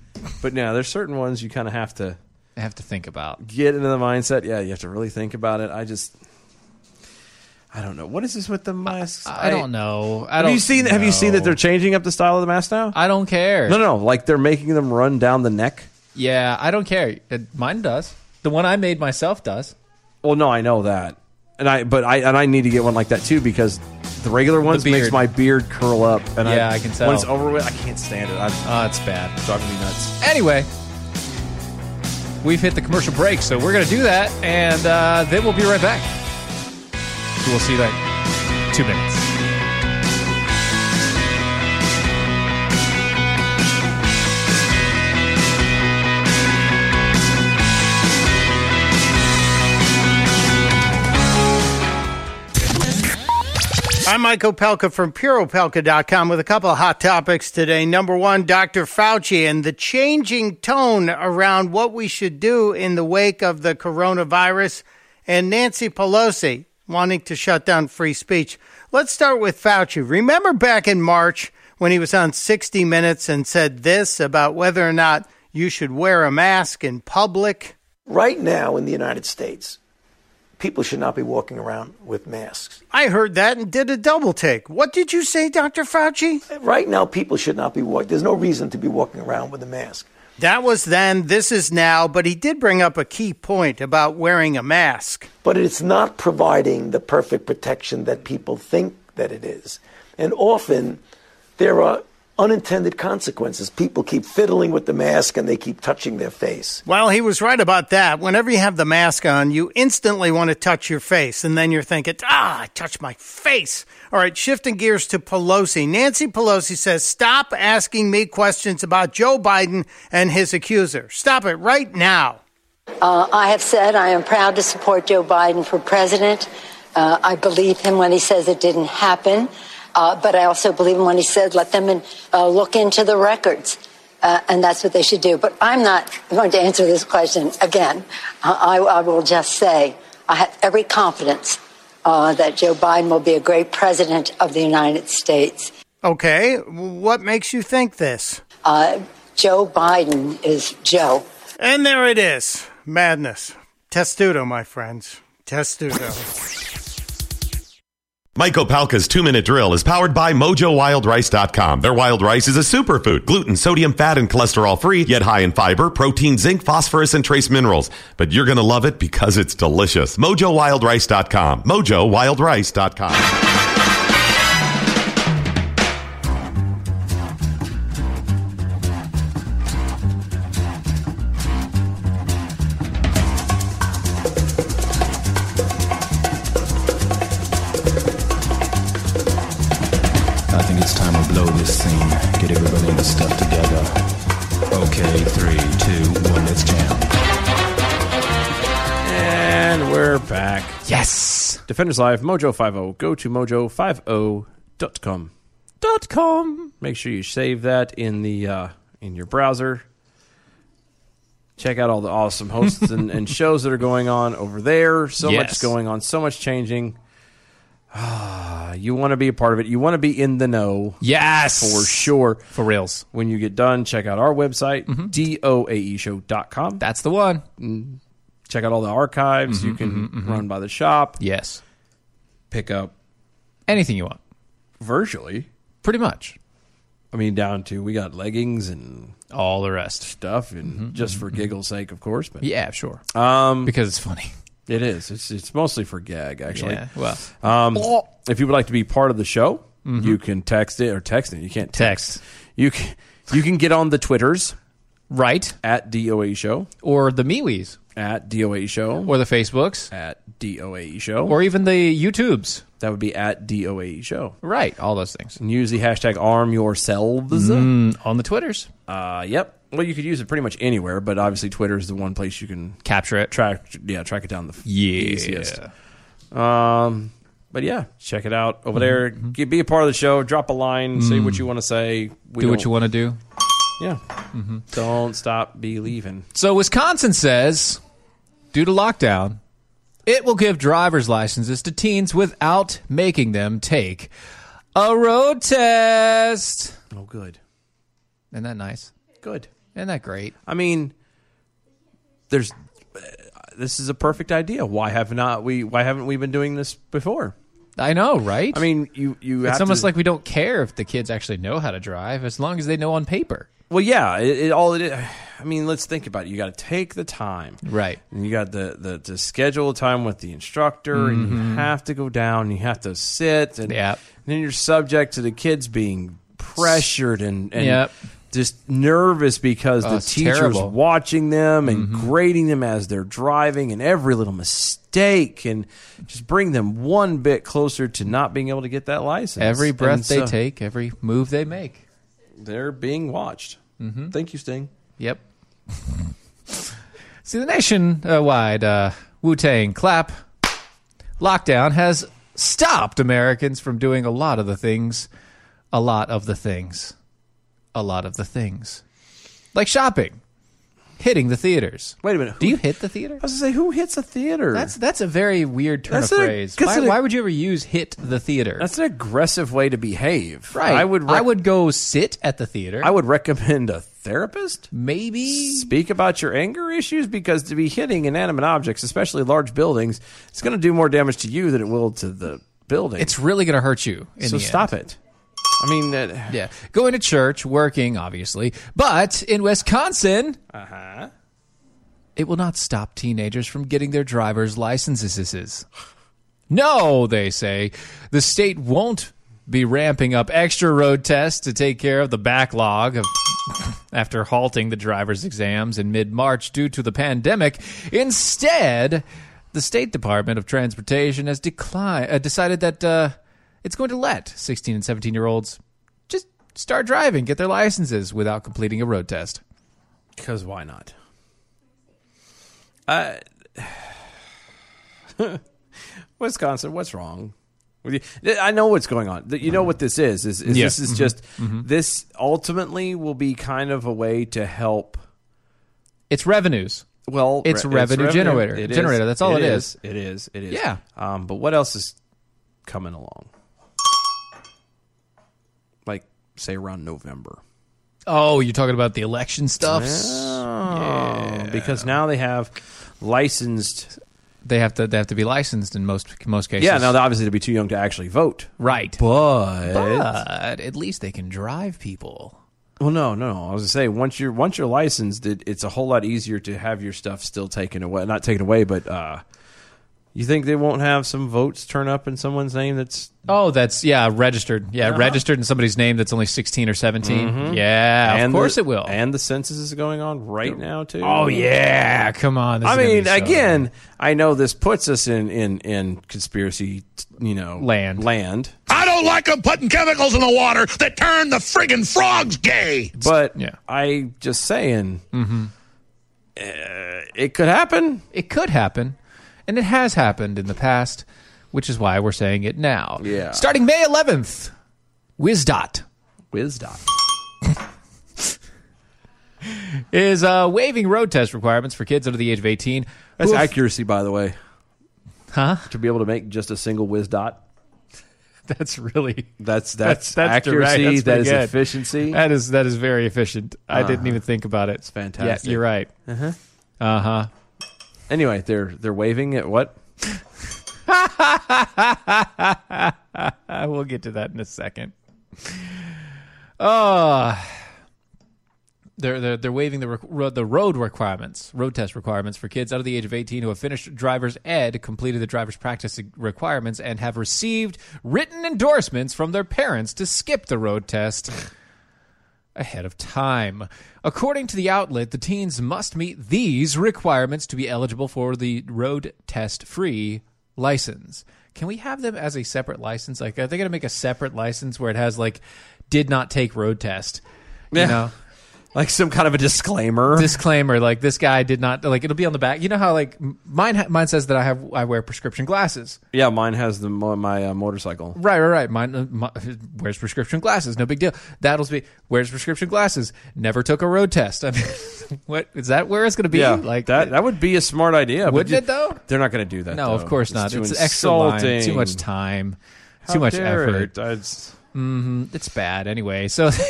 Speaker 5: But now there's certain ones you kind of have to
Speaker 6: I have to think about.
Speaker 5: get into the mindset. Yeah, you have to really think about it. I just, I don't know. What is this with the masks?
Speaker 6: I, don't know. I
Speaker 5: Have
Speaker 6: don't
Speaker 5: you seen? Have you seen that
Speaker 6: know.
Speaker 5: they're changing up the style of the mask now?
Speaker 6: I don't care.
Speaker 5: no, no. Like they're making them run down the neck.
Speaker 6: Yeah, I don't care. Uh, Mine does. The one I made myself does.
Speaker 5: Well, no, I know that, and I but I and I need to get one like that too because the regular ones makes
Speaker 6: beard.
Speaker 5: my beard curl up, and
Speaker 6: Yeah, I can tell.
Speaker 5: when it's over with. I can't stand it. I'm
Speaker 6: Oh, it's bad.
Speaker 5: driving me nuts.
Speaker 6: Anyway, we've hit the commercial break, so we're going to do that, and uh, then we'll be right back. We'll see you like two minutes.
Speaker 7: I'm Mike Opelka from PureOpelka.com with a couple of hot topics today. Number one, Dr. Fauci and the changing tone around what we should do in the wake of the coronavirus, and Nancy Pelosi wanting to shut down free speech. Let's start with Fauci. Remember back in March when he was on 60 Minutes and said this about whether or not you should wear a mask in public?
Speaker 9: Right now in the United States, people should not be walking around with masks.
Speaker 7: I heard that and did a double take. What did you say, Dr. Fauci?
Speaker 9: Right now, people should not be walking. There's no reason to be walking around with a mask.
Speaker 7: That was then, this is now, but he did bring up a key point about wearing a mask.
Speaker 9: But it's not providing the perfect protection that people think that it is. And often, there are unintended consequences. People keep fiddling with the mask and they keep touching their face.
Speaker 7: Well, he was right about that. Whenever you have the mask on, you instantly want to touch your face, and then you're thinking, ah, I touched my face. All right, shifting gears to Pelosi. Nancy Pelosi says, stop asking me questions about Joe Biden and his accuser. Stop it right now.
Speaker 8: Uh, I have said I am proud to support Joe Biden for president. Uh, I believe him when he says it didn't happen, uh, but I also believe him when he said let them in, uh, look into the records, uh, and that's what they should do. But I'm not going to answer this question again. I, I- I will just say I have every confidence uh, that Joe Biden will be a great president of the United States.
Speaker 7: Okay, what makes you think this?
Speaker 8: Uh, Joe Biden is Joe.
Speaker 7: And there it is madness. Testudo, my friends. Testudo.
Speaker 10: Mike Opalka's two minute drill is powered by MojoWildRice.com. Their wild rice is a superfood, gluten, sodium, fat, and cholesterol free, yet high in fiber, protein, zinc, phosphorus, and trace minerals. But you're going to love it because it's delicious. MojoWildRice.com. MojoWildRice.com.
Speaker 11: I think it's time to blow this scene. Get everybody in the stuff together. Okay, three, two, one, let's jam.
Speaker 5: And we're back.
Speaker 6: Yes.
Speaker 5: Defenders Live Mojo 50. Go to mojo50.com.
Speaker 6: Dot com.
Speaker 5: Make sure you save that in the uh, in your browser. Check out all the awesome hosts and, and shows that are going on over there. So much
Speaker 6: Yes.
Speaker 5: going on, so much changing. Ah, you want to be a part of it. You want to be in the know
Speaker 6: Yes.
Speaker 5: for sure.
Speaker 6: For reals.
Speaker 5: When you get done, check out our website,
Speaker 6: Mm-hmm.
Speaker 5: E doaeshow.com.
Speaker 6: That's the one.
Speaker 5: Check out all the archives.
Speaker 6: Mm-hmm,
Speaker 5: you can run by the shop,
Speaker 6: Yes.
Speaker 5: pick up
Speaker 6: Anything you want.
Speaker 5: virtually.
Speaker 6: Pretty much.
Speaker 5: I mean, down to we got leggings and
Speaker 6: All the rest.
Speaker 5: stuff, and just for giggles' sake, of course. But
Speaker 6: Mm-hmm, Yeah, sure.
Speaker 5: um,
Speaker 6: Because it's funny.
Speaker 5: It is. It's it's mostly for gag, actually.
Speaker 6: Yeah, well.
Speaker 5: um, if you would like to be part of the show,
Speaker 6: Mm-hmm.
Speaker 5: you can text it or text it. You can't text.
Speaker 6: Text.
Speaker 5: You can, you can get on the Twitters
Speaker 6: Right.
Speaker 5: at DOAE E Show,
Speaker 6: Or the MeWe's.
Speaker 5: at DOAE E Show,
Speaker 6: Or the Facebooks.
Speaker 5: at DOAE E Show,
Speaker 6: Or even the YouTubes.
Speaker 5: that would be at DOAE E Show.
Speaker 6: Right. All those things.
Speaker 5: And use the hashtag arm yourselves.
Speaker 6: On the Twitters.
Speaker 5: Uh, yep. Well, you could use it pretty much anywhere, but obviously Twitter is the one place you can
Speaker 6: Capture it.
Speaker 5: track. Yeah, track it down the f-
Speaker 6: Yeah.
Speaker 5: easiest. Um, but yeah, check it out over there.
Speaker 6: Mm-hmm.
Speaker 5: Get, be a part of the show. Drop a line. Say what you want to say. We
Speaker 6: Mm. Do what you
Speaker 5: don't-
Speaker 6: want Mm-hmm.
Speaker 5: Yeah.
Speaker 6: to do.
Speaker 5: Don't stop believing.
Speaker 6: So Wisconsin says, due to lockdown, it will give driver's licenses to teens without making them take a road test.
Speaker 5: Oh, good.
Speaker 6: Isn't that nice?
Speaker 5: Good.
Speaker 6: Isn't that great?
Speaker 5: I mean, there's. uh, This is a perfect idea. Why have not we? Why haven't we been doing this before?
Speaker 6: I know, right?
Speaker 5: I mean, you you.
Speaker 6: it's
Speaker 5: have
Speaker 6: almost
Speaker 5: to,
Speaker 6: like we don't care if the kids actually know how to drive, as long as they know on paper.
Speaker 5: Well, yeah. It, it all. It, I mean, let's think about it. You got to take the time.
Speaker 6: Right.
Speaker 5: And you got the, the, the schedule time with the instructor, and you have to go down, and you have to sit, and
Speaker 6: Mm-hmm. Yep.
Speaker 5: then you're subject to the kids being pressured and, and
Speaker 6: Yep. Oh,
Speaker 5: just nervous because the
Speaker 6: it's
Speaker 5: teacher's
Speaker 6: terrible. Mm-hmm.
Speaker 5: watching them and grading them as they're driving, and every little mistake, and just bring them one bit closer to not being able to get that license.
Speaker 6: Every
Speaker 5: And
Speaker 6: breath they
Speaker 5: so
Speaker 6: take, every move they make.
Speaker 5: they're being watched.
Speaker 6: Mm-hmm.
Speaker 5: Thank you, Sting.
Speaker 6: Yep. See, the nationwide uh, Wu Tang clap lockdown has stopped Americans from doing a lot of the things, a lot of the things, a lot of the things, like shopping, hitting the theaters.
Speaker 5: Wait a minute. Who,
Speaker 6: Do you hit the theater?
Speaker 5: I was gonna say, who hits a theater?
Speaker 6: That's that's a very weird turn
Speaker 5: That's
Speaker 6: of
Speaker 5: a-
Speaker 6: phrase.
Speaker 5: that's
Speaker 6: Why,
Speaker 5: an-
Speaker 6: why would you ever use hit the theater?
Speaker 5: That's an aggressive way to behave.
Speaker 6: right.
Speaker 5: I would.
Speaker 6: I
Speaker 5: rec-
Speaker 6: would go sit at the theater.
Speaker 5: I would recommend a therapist.
Speaker 6: maybe
Speaker 5: Speak about your anger issues because to be hitting inanimate objects, especially large buildings, it's going to do more damage to you than it will to the building.
Speaker 6: it's really going to hurt you. In
Speaker 5: so
Speaker 6: the end.
Speaker 5: stop it. I mean, uh,
Speaker 6: Yeah, going to church, working, obviously, but in Wisconsin, uh-huh. it will not stop teenagers from getting their driver's licenses. No, they say, the state won't be ramping up extra road tests to take care of the backlog of after halting the driver's exams in mid-March due to the pandemic. Instead, the State Department of Transportation has declined, uh, decided that uh, it's going to let 16 and 17 year olds just start driving, get their licenses without completing a road test.
Speaker 5: because why not? Uh, Wisconsin, what's wrong with you? I know what's going on. You know what this is. Is, is
Speaker 6: Yeah. Mm-hmm.
Speaker 5: this is just this ultimately will be kind of a way to help.
Speaker 6: It's revenues.
Speaker 5: Well,
Speaker 6: It's revenue generator-
Speaker 5: It
Speaker 6: generator. That's all it is.
Speaker 5: It is. It is.
Speaker 6: Yeah.
Speaker 5: Um, but what else is coming along? Like say around November,
Speaker 6: Oh, you're talking about the election stuff.
Speaker 5: because now they have licensed.
Speaker 6: They have to they have to be licensed in most most cases.
Speaker 5: Yeah. Now obviously to be too young to actually vote.
Speaker 6: right.
Speaker 5: But,
Speaker 6: But at least they can drive people.
Speaker 5: well, no, no, no. I was gonna say once you're once you're licensed, it, it's a whole lot easier to have your stuff still taken away. Not taken away, but uh, you think they won't have some votes turn up in someone's name that's
Speaker 6: Oh, that's yeah, registered. Yeah, registered in somebody's name that's only 16 or 17. Yeah, of
Speaker 5: the-
Speaker 6: course it will.
Speaker 5: Mm-hmm. And the census is going on right now too.
Speaker 6: oh yeah, come on. this
Speaker 5: I
Speaker 6: is gonna be
Speaker 5: mean,
Speaker 6: so-
Speaker 5: again, I know this puts us in in in conspiracy, you know,
Speaker 6: Land.
Speaker 5: land.
Speaker 3: I don't like them putting chemicals in the water that turn the friggin' frogs gay.
Speaker 5: But
Speaker 6: Yeah. Mm-hmm.
Speaker 5: I just saying, uh, it could happen.
Speaker 6: it could happen, and it has happened in the past, which is why we're saying it now.
Speaker 5: Yeah.
Speaker 6: Starting May 11th, WizDot
Speaker 5: WizDot.
Speaker 6: is uh, waiving road test requirements for kids under the age of 18.
Speaker 5: That's
Speaker 6: who have-
Speaker 5: accuracy, by the way.
Speaker 6: Huh?
Speaker 5: To be able to make just a single WizDot.
Speaker 6: That's really
Speaker 5: That's that's,
Speaker 6: that's direct.
Speaker 5: accuracy. that
Speaker 6: That's pretty
Speaker 5: is
Speaker 6: good. Uh,
Speaker 5: efficiency.
Speaker 6: that is that is very efficient. I didn't even think about it. Uh-huh. It's
Speaker 5: fantastic.
Speaker 6: Yeah, you're right. Uh huh. Uh huh.
Speaker 5: Anyway, they're they're waving at what?
Speaker 6: I will get to that in a second. Uh Ah. they're they're, they're waiving the requ- ro- the road requirements, road test requirements for kids under the age of 18 who have finished driver's ed, completed the driver's practice requirements, and have received written endorsements from their parents to skip the road test. Ahead of time. According to the outlet, the teens must meet these requirements to be eligible for the road test free license. Can we have them as a separate license? Like, are they going to make a separate license where it has, like, did not take road test? You
Speaker 5: Yeah.
Speaker 6: know?
Speaker 5: Like some kind of a disclaimer.
Speaker 6: disclaimer like this guy did not like it'll be on the back you know how like m- mine ha- mine says that i have i wear prescription glasses
Speaker 5: yeah, mine has the mo- my uh, motorcycle.
Speaker 6: right right right mine uh, my, wears prescription glasses no big deal that'll be wears prescription glasses never took a road test i mean what is that where it's going to be
Speaker 5: Yeah,
Speaker 6: like
Speaker 5: that. That would be a smart idea, but
Speaker 6: Wouldn't
Speaker 5: you-
Speaker 6: it, though?
Speaker 5: They're not going to do that.
Speaker 6: no
Speaker 5: though.
Speaker 6: of course
Speaker 5: It's
Speaker 6: not
Speaker 5: too
Speaker 6: it's extra line, too
Speaker 5: insulting.
Speaker 6: much time
Speaker 5: How
Speaker 6: too much
Speaker 5: dare
Speaker 6: effort
Speaker 5: it? I- it's-
Speaker 6: it's bad anyway. So,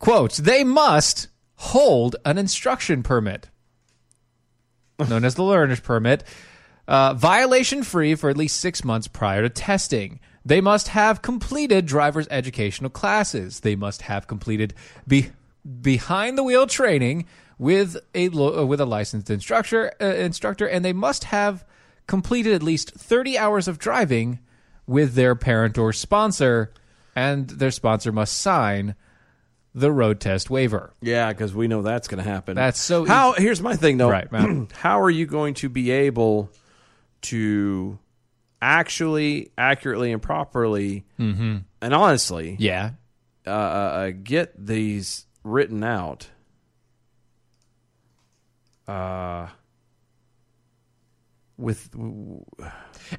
Speaker 6: quote, they must hold an instruction permit, known as the learner's permit, uh, violation free for at least six months prior to testing. They must have completed driver's educational classes. They must have completed be- behind the wheel training with a lo- uh, with a licensed instructor uh, instructor, and they must have completed at least thirty hours of driving with their parent or sponsor, and their sponsor must sign the road test waiver.
Speaker 5: Yeah, because we know that's going to happen.
Speaker 6: That's so
Speaker 5: How? Here's my thing, though.
Speaker 6: Right, Matt.
Speaker 5: How are you going to be able to actually, accurately, and properly,
Speaker 6: Mm-hmm.
Speaker 5: and honestly,
Speaker 6: Yeah,
Speaker 5: uh, uh, get these written out? Uh, with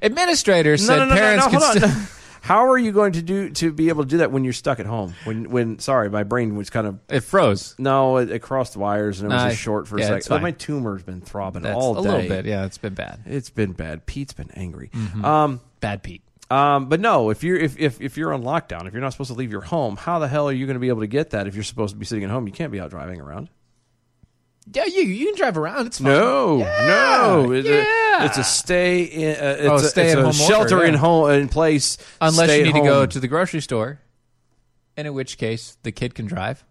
Speaker 6: administrators said parents could
Speaker 5: hold
Speaker 6: still-
Speaker 5: on. How are you going to do to be able to do that when you're stuck at home? When when sorry, my brain was kind of
Speaker 6: it froze.
Speaker 5: no, it, it crossed wires and it was
Speaker 6: Nah,
Speaker 5: just short for
Speaker 6: yeah,
Speaker 5: a
Speaker 6: it's
Speaker 5: second.
Speaker 6: fine.
Speaker 5: My tumor's been throbbing
Speaker 6: That's
Speaker 5: all
Speaker 6: a
Speaker 5: day.
Speaker 6: little bit. Yeah, Mm-hmm. it's been bad.
Speaker 5: It's been bad. Pete's been angry. Um,
Speaker 6: Bad Pete.
Speaker 5: um, but no, if you're if, if if you're on lockdown, if you're not supposed to leave your home, how the hell are you going to be able to get that if you're supposed to be sitting at home? You can't be out driving around.
Speaker 6: Yeah, you you can drive around. It's fine.
Speaker 5: No, no, It's a-
Speaker 6: Oh, yeah.
Speaker 5: it's a stay in. Uh, it's
Speaker 6: Oh,
Speaker 5: a,
Speaker 6: stay
Speaker 5: it's
Speaker 6: at
Speaker 5: a
Speaker 6: home order,
Speaker 5: shelter in
Speaker 6: yeah.
Speaker 5: home in place.
Speaker 6: unless
Speaker 5: stay
Speaker 6: you
Speaker 5: at
Speaker 6: need to go
Speaker 5: home.
Speaker 6: to the grocery store, and in which case the kid can drive.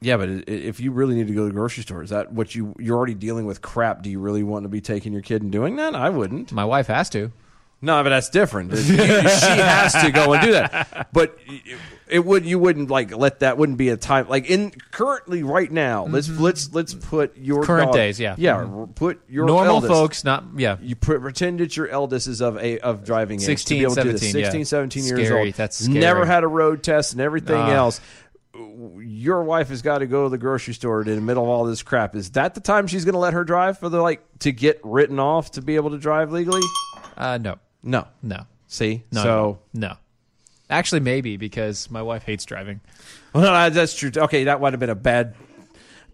Speaker 5: Yeah, but i- if you really need to go to the grocery store, is that what you you're already dealing with crap? Do you really want to be taking your kid and doing that? I wouldn't.
Speaker 6: My wife has to.
Speaker 5: No, but that's different. she has to go and do that. But it, it would you wouldn't like let that wouldn't be a time like in currently right now. Let's let's let's put your
Speaker 6: Mm-hmm. Current
Speaker 5: dog-
Speaker 6: days, yeah.
Speaker 5: yeah. Put your
Speaker 6: Normal
Speaker 5: eldest-
Speaker 6: folks, not yeah.
Speaker 5: You pre- pretend that your eldest is of a of driving age,
Speaker 6: 16,
Speaker 5: to be able to do this.
Speaker 6: 17, yeah.
Speaker 5: 16, 17 years
Speaker 6: Scary,
Speaker 5: old.
Speaker 6: that's scary.
Speaker 5: Never had a road test and everything
Speaker 6: Ah.
Speaker 5: else. Your wife has got to go to the grocery store in the middle of all this crap. Is that the time she's going to let her drive for the like to get written off to be able to drive legally?
Speaker 6: Uh, no,
Speaker 5: No.
Speaker 6: no,
Speaker 5: See,
Speaker 6: no,
Speaker 5: so
Speaker 6: no. Actually, maybe because my wife hates driving.
Speaker 5: well, no, that's true. Okay, that would have been a bad.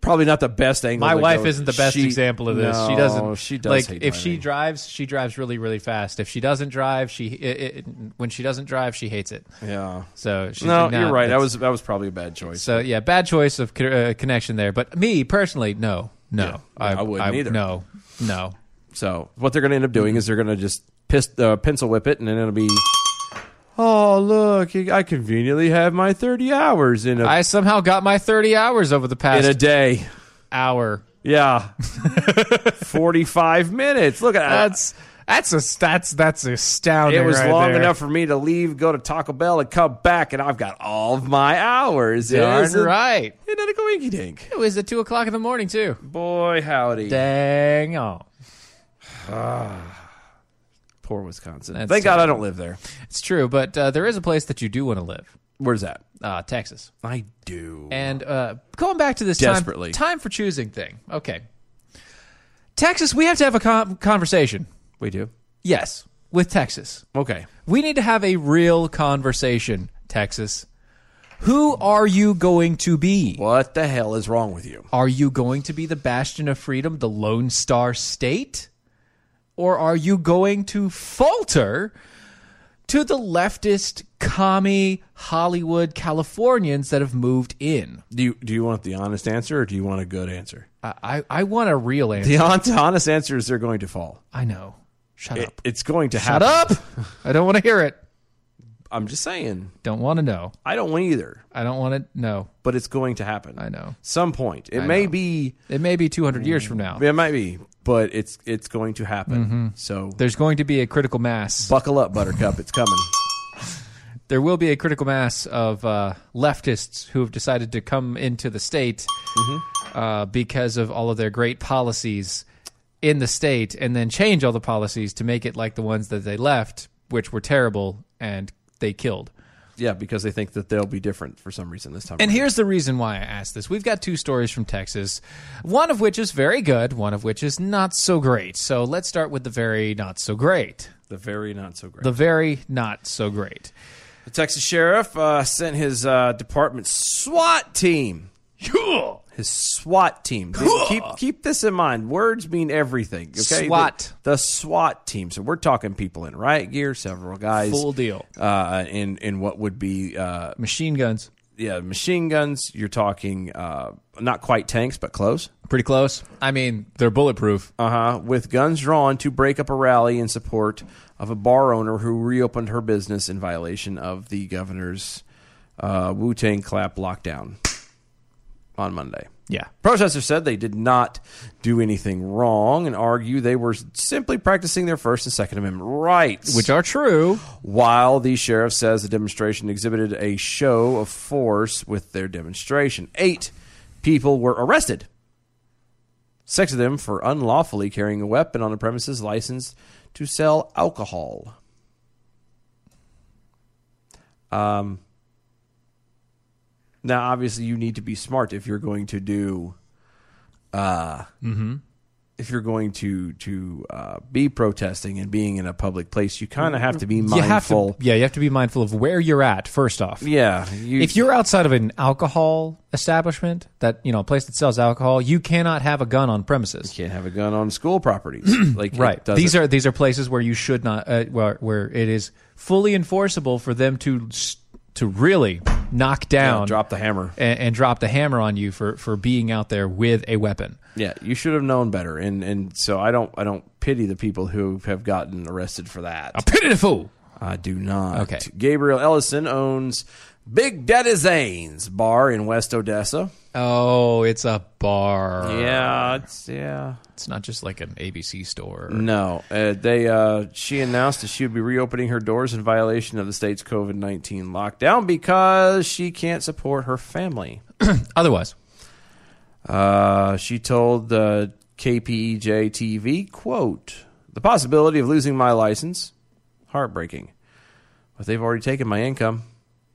Speaker 5: Probably not the best angle.
Speaker 6: My
Speaker 5: to
Speaker 6: wife
Speaker 5: go.
Speaker 6: isn't the best
Speaker 5: She-
Speaker 6: example of this. she
Speaker 5: No,
Speaker 6: doesn't.
Speaker 5: She does.
Speaker 6: like
Speaker 5: hate
Speaker 6: if she
Speaker 5: driving.
Speaker 6: drives, she drives really, really fast. If she doesn't drive, she it, it, when she doesn't drive, she hates it.
Speaker 5: yeah.
Speaker 6: So she's
Speaker 5: No,
Speaker 6: like, nah,
Speaker 5: you're right. That
Speaker 6: that's-
Speaker 5: was that was probably a bad choice.
Speaker 6: So yeah, bad choice of co- uh, connection there. But me personally, no, no,
Speaker 5: I wouldn't either.
Speaker 6: No, no.
Speaker 5: So what they're going to end up
Speaker 6: Mm-hmm.
Speaker 5: doing is they're going to just piss, uh, pencil whip it, and then it'll be. Oh look! I conveniently have my thirty hours in a
Speaker 6: I somehow got my thirty hours over the
Speaker 5: in
Speaker 6: past
Speaker 5: a day.
Speaker 6: hour.
Speaker 5: Yeah, forty-five minutes. Look at that.
Speaker 6: That's that's a that's that's astounding.
Speaker 5: Uh, It was
Speaker 6: right
Speaker 5: long
Speaker 6: there.
Speaker 5: enough for me to leave, go to Taco Bell, and come back, and I've got all of my hours.
Speaker 6: Darn
Speaker 5: Isn't-
Speaker 6: right.
Speaker 5: Isn't that a coinky dink?
Speaker 6: It was at two o'clock in the morning too.
Speaker 5: Boy, howdy!
Speaker 6: Dang on.
Speaker 5: Poor Wisconsin.
Speaker 6: That's
Speaker 5: Thank God I
Speaker 6: terrible.
Speaker 5: don't live there.
Speaker 6: It's true, but uh, there is a place that you do want to live,
Speaker 5: Where's that?
Speaker 6: uh, Texas.
Speaker 5: I do.
Speaker 6: And uh, going back to this
Speaker 5: Desperately.
Speaker 6: time, time for choosing thing. Okay, Texas, we have to have a con conversation.
Speaker 5: we do.
Speaker 6: Yes, with Texas,
Speaker 5: Okay.
Speaker 6: we need to have a real conversation. Texas, who are you going to be?
Speaker 5: What the hell is wrong with you?
Speaker 6: Are you going to be the bastion of freedom, the Lone Star State? Or are you going to falter to the leftist, commie, Hollywood Californians that have moved in?
Speaker 5: Do you do you want the honest answer or do you want a good answer?
Speaker 6: I, I, I want a real answer.
Speaker 5: The hon- honest answer is they're going to fall.
Speaker 6: I know. Shut
Speaker 5: It-
Speaker 6: up.
Speaker 5: it's going to
Speaker 6: Shut
Speaker 5: happen.
Speaker 6: up. I don't want to hear it.
Speaker 5: I'm just saying.
Speaker 6: Don't want to know.
Speaker 5: I don't want either,
Speaker 6: I don't want to know.
Speaker 5: but it's going to happen.
Speaker 6: I know.
Speaker 5: Some point. It may
Speaker 6: know.
Speaker 5: be.
Speaker 6: It may be 200 years from now.
Speaker 5: It might be, but it's it's going to happen. So
Speaker 6: Mm-hmm. There's going to be a critical mass.
Speaker 5: buckle up, Buttercup. It's coming.
Speaker 6: there will be a critical mass of uh, leftists who have decided to come into the state uh, because of all of their great policies in the state and then change all the policies to make it like the ones that they left, which were terrible and they killed.
Speaker 5: Yeah, because they think that they'll be different for some reason this time.
Speaker 6: And
Speaker 5: around.
Speaker 6: here's the reason why I asked this. We've got two stories from Texas, one of which is very good, one of which is not so great. So let's start with the very not so great.
Speaker 5: the very not so great.
Speaker 6: The very not so great.
Speaker 5: The Texas sheriff uh, sent his uh, department SWAT team. His SWAT team. Keep keep this in mind. Words mean everything. Okay.
Speaker 6: SWAT.
Speaker 5: The, the SWAT team. So we're talking people in riot gear, several guys,
Speaker 6: Full deal.
Speaker 5: uh, in in what would be uh,
Speaker 6: Machine guns.
Speaker 5: yeah machine guns. You're talking uh, not quite tanks, but close.
Speaker 6: Pretty close. I mean, they're bulletproof.
Speaker 5: Uh huh. With guns drawn to break up a rally in support of a bar owner who reopened her business in violation of the governor's uh, Wu Tang clap lockdown on Monday.
Speaker 6: Yeah.
Speaker 5: Protesters said they did not do anything wrong and argue they were simply practicing their First and Second Amendment rights.
Speaker 6: Which are true.
Speaker 5: While the sheriff says the demonstration exhibited a show of force with their demonstration, eight people were arrested. Six of them for unlawfully carrying a weapon on the premises licensed to sell alcohol. Um, now, obviously, you need to be smart if you're going to do,
Speaker 6: Mm-hmm.
Speaker 5: uh, if you're going to to uh, be protesting and being in a public place, you kind of have to be mindful.
Speaker 6: You have to, yeah, you have to be mindful of where you're at, first off.
Speaker 5: Yeah. You,
Speaker 6: If you're outside of an alcohol establishment, that you know, a place that sells alcohol, you cannot have a gun on premises.
Speaker 5: can't have a gun on school properties, like it
Speaker 6: Right.
Speaker 5: doesn't-
Speaker 6: These are these are places where you should not uh, where where it is fully enforceable for them to s- to really knock down
Speaker 5: Yeah, drop the hammer.
Speaker 6: and, and drop the hammer on you for for being out there with a weapon.
Speaker 5: Yeah, you should have known better, and and so I don't I don't pity the people who have gotten arrested for that.
Speaker 6: Pitiful.
Speaker 5: I do not.
Speaker 6: Okay.
Speaker 5: Gabriel Ellison owns Big Daddy Zane's bar in West Odessa. Uh,
Speaker 6: Oh, it's a bar.
Speaker 5: Yeah, it's yeah.
Speaker 6: It's not just like an ABC store.
Speaker 5: No, uh, they. Uh, she announced that she would be reopening her doors in violation of the state's COVID nineteen lockdown because she can't support her family.
Speaker 6: Otherwise,
Speaker 5: Uh, she told uh, KPEJ TV, "quote The possibility of losing my license, heartbreaking, but they've already taken my income.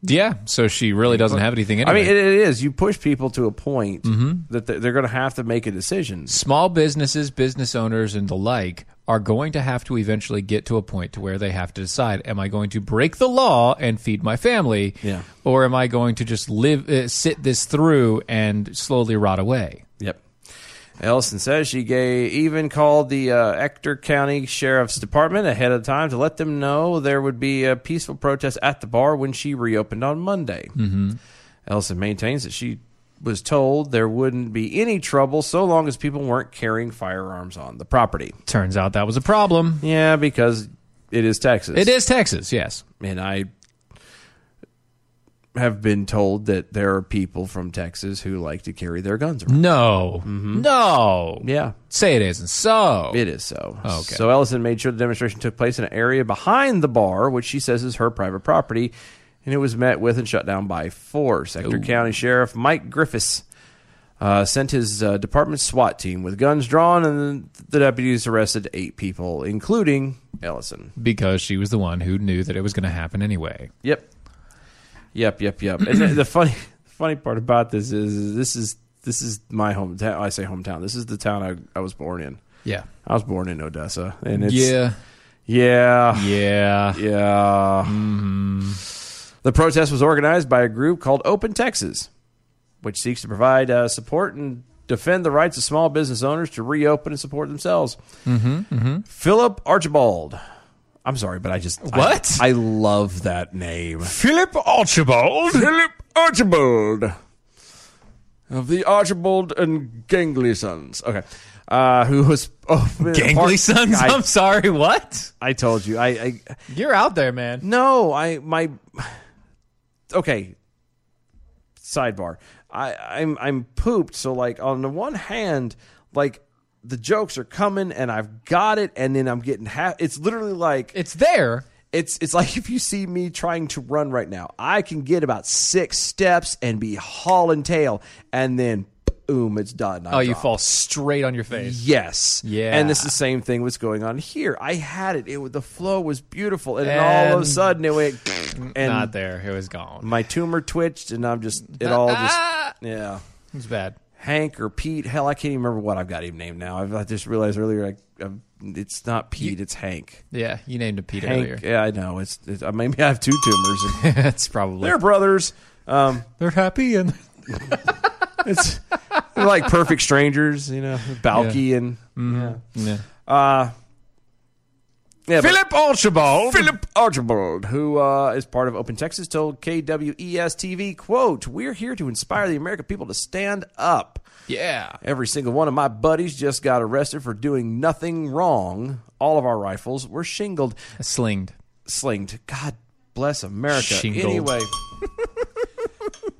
Speaker 6: yeah. So she really doesn't have anything. Anyway.
Speaker 5: I mean, it, it is you push people to a point that they- they're going to have to make a decision.
Speaker 6: small businesses, business owners, and the like are going to have to eventually get to a point to where they have to decide: Am I going to break the law and feed my family,
Speaker 5: Yeah.
Speaker 6: or am I going to just live, uh, sit this through, and slowly rot away?
Speaker 5: Yep." Ellison says she gave, even called the uh, Ector County Sheriff's Department ahead of time to let them know there would be a peaceful protest at the bar when she reopened on Monday.
Speaker 6: Mm-hmm.
Speaker 5: Ellison maintains that she was told there wouldn't be any trouble so long as people weren't carrying firearms on the property.
Speaker 6: Turns out that was a problem.
Speaker 5: Yeah, because it is Texas.
Speaker 6: It is Texas, yes.
Speaker 5: And I have been told that there are people from Texas who like to carry their guns around.
Speaker 6: No, no.
Speaker 5: Mm-hmm. Yeah.
Speaker 6: Say it isn't so.
Speaker 5: It is so.
Speaker 6: Oh, Okay.
Speaker 5: So Ellison made sure the demonstration took place in an area behind the bar, which she says is her private property, and it was met with and shut down by force. Ector County Sheriff Mike Griffiths uh, sent his uh, department SWAT team with guns drawn, and the deputies arrested eight people, including Ellison.
Speaker 6: because she was the one who knew that it was going to happen anyway.
Speaker 5: Yep. Yep. Yep. Yep. and the, the funny, funny part about this is this is this is my hometown. I say hometown. This is the town I, I was born in.
Speaker 6: Yeah.
Speaker 5: I was born in Odessa, and it's
Speaker 6: yeah.
Speaker 5: yeah.
Speaker 6: Yeah.
Speaker 5: Yeah. Mm-hmm. The protest was organized by a group called Open Texas, which seeks to provide uh, support and defend the rights of small business owners to reopen and support themselves. Mm-hmm, Philip Archibald. I'm sorry, but I just I-
Speaker 6: What?
Speaker 5: I, love that name.
Speaker 6: Philip Archibald.
Speaker 5: Philip Archibald of the Archibald and Gangley sons. Okay. Uh, who was oh,
Speaker 6: Gangly sons.
Speaker 5: I,
Speaker 6: I'm sorry. What?
Speaker 5: I told you. I, I
Speaker 6: You're out there, man.
Speaker 5: no, I my okay. Sidebar. I I'm I'm pooped. So like on the one hand, like the jokes are coming and I've got it, and then I'm getting half. It's literally like
Speaker 6: It's there.
Speaker 5: it's it's like if you see me trying to run right now, I can get about six steps and be hauling tail, and then boom, it's done. I
Speaker 6: Oh, you
Speaker 5: drop.
Speaker 6: fall straight on your face.
Speaker 5: Yes.
Speaker 6: Yeah.
Speaker 5: And it's the same thing was going on here. I had it. It was- the flow was beautiful, and, then all of a
Speaker 6: And-
Speaker 5: sudden it went and
Speaker 6: Not there. It was gone.
Speaker 5: my tumor twitched, and I'm just it all just yeah.
Speaker 6: It's bad.
Speaker 5: Hank or Pete, hell, I can't even remember what I've got him named now. I've, I just realized earlier, I, i it's not Pete, it's Hank.
Speaker 6: Yeah, you named it Pete
Speaker 5: Hank,
Speaker 6: earlier.
Speaker 5: yeah, I know. It's, it's uh, maybe I have two tumors.
Speaker 6: That's probably
Speaker 5: They're brothers. Um,
Speaker 6: they're happy and
Speaker 5: it's they're like perfect strangers, you know, Balky and
Speaker 6: yeah.
Speaker 5: yeah, but-
Speaker 6: Philip Archibald.
Speaker 5: Philip Archibald, who uh, is part of Open Texas, told E KWES TV, "quote We're here to inspire the American people to stand up.
Speaker 6: Yeah.
Speaker 5: Every single one of my buddies just got arrested for doing nothing wrong. All of our rifles were shingled,
Speaker 6: Slinged.
Speaker 5: slinged. God bless America.
Speaker 6: Shingled.
Speaker 5: Anyway."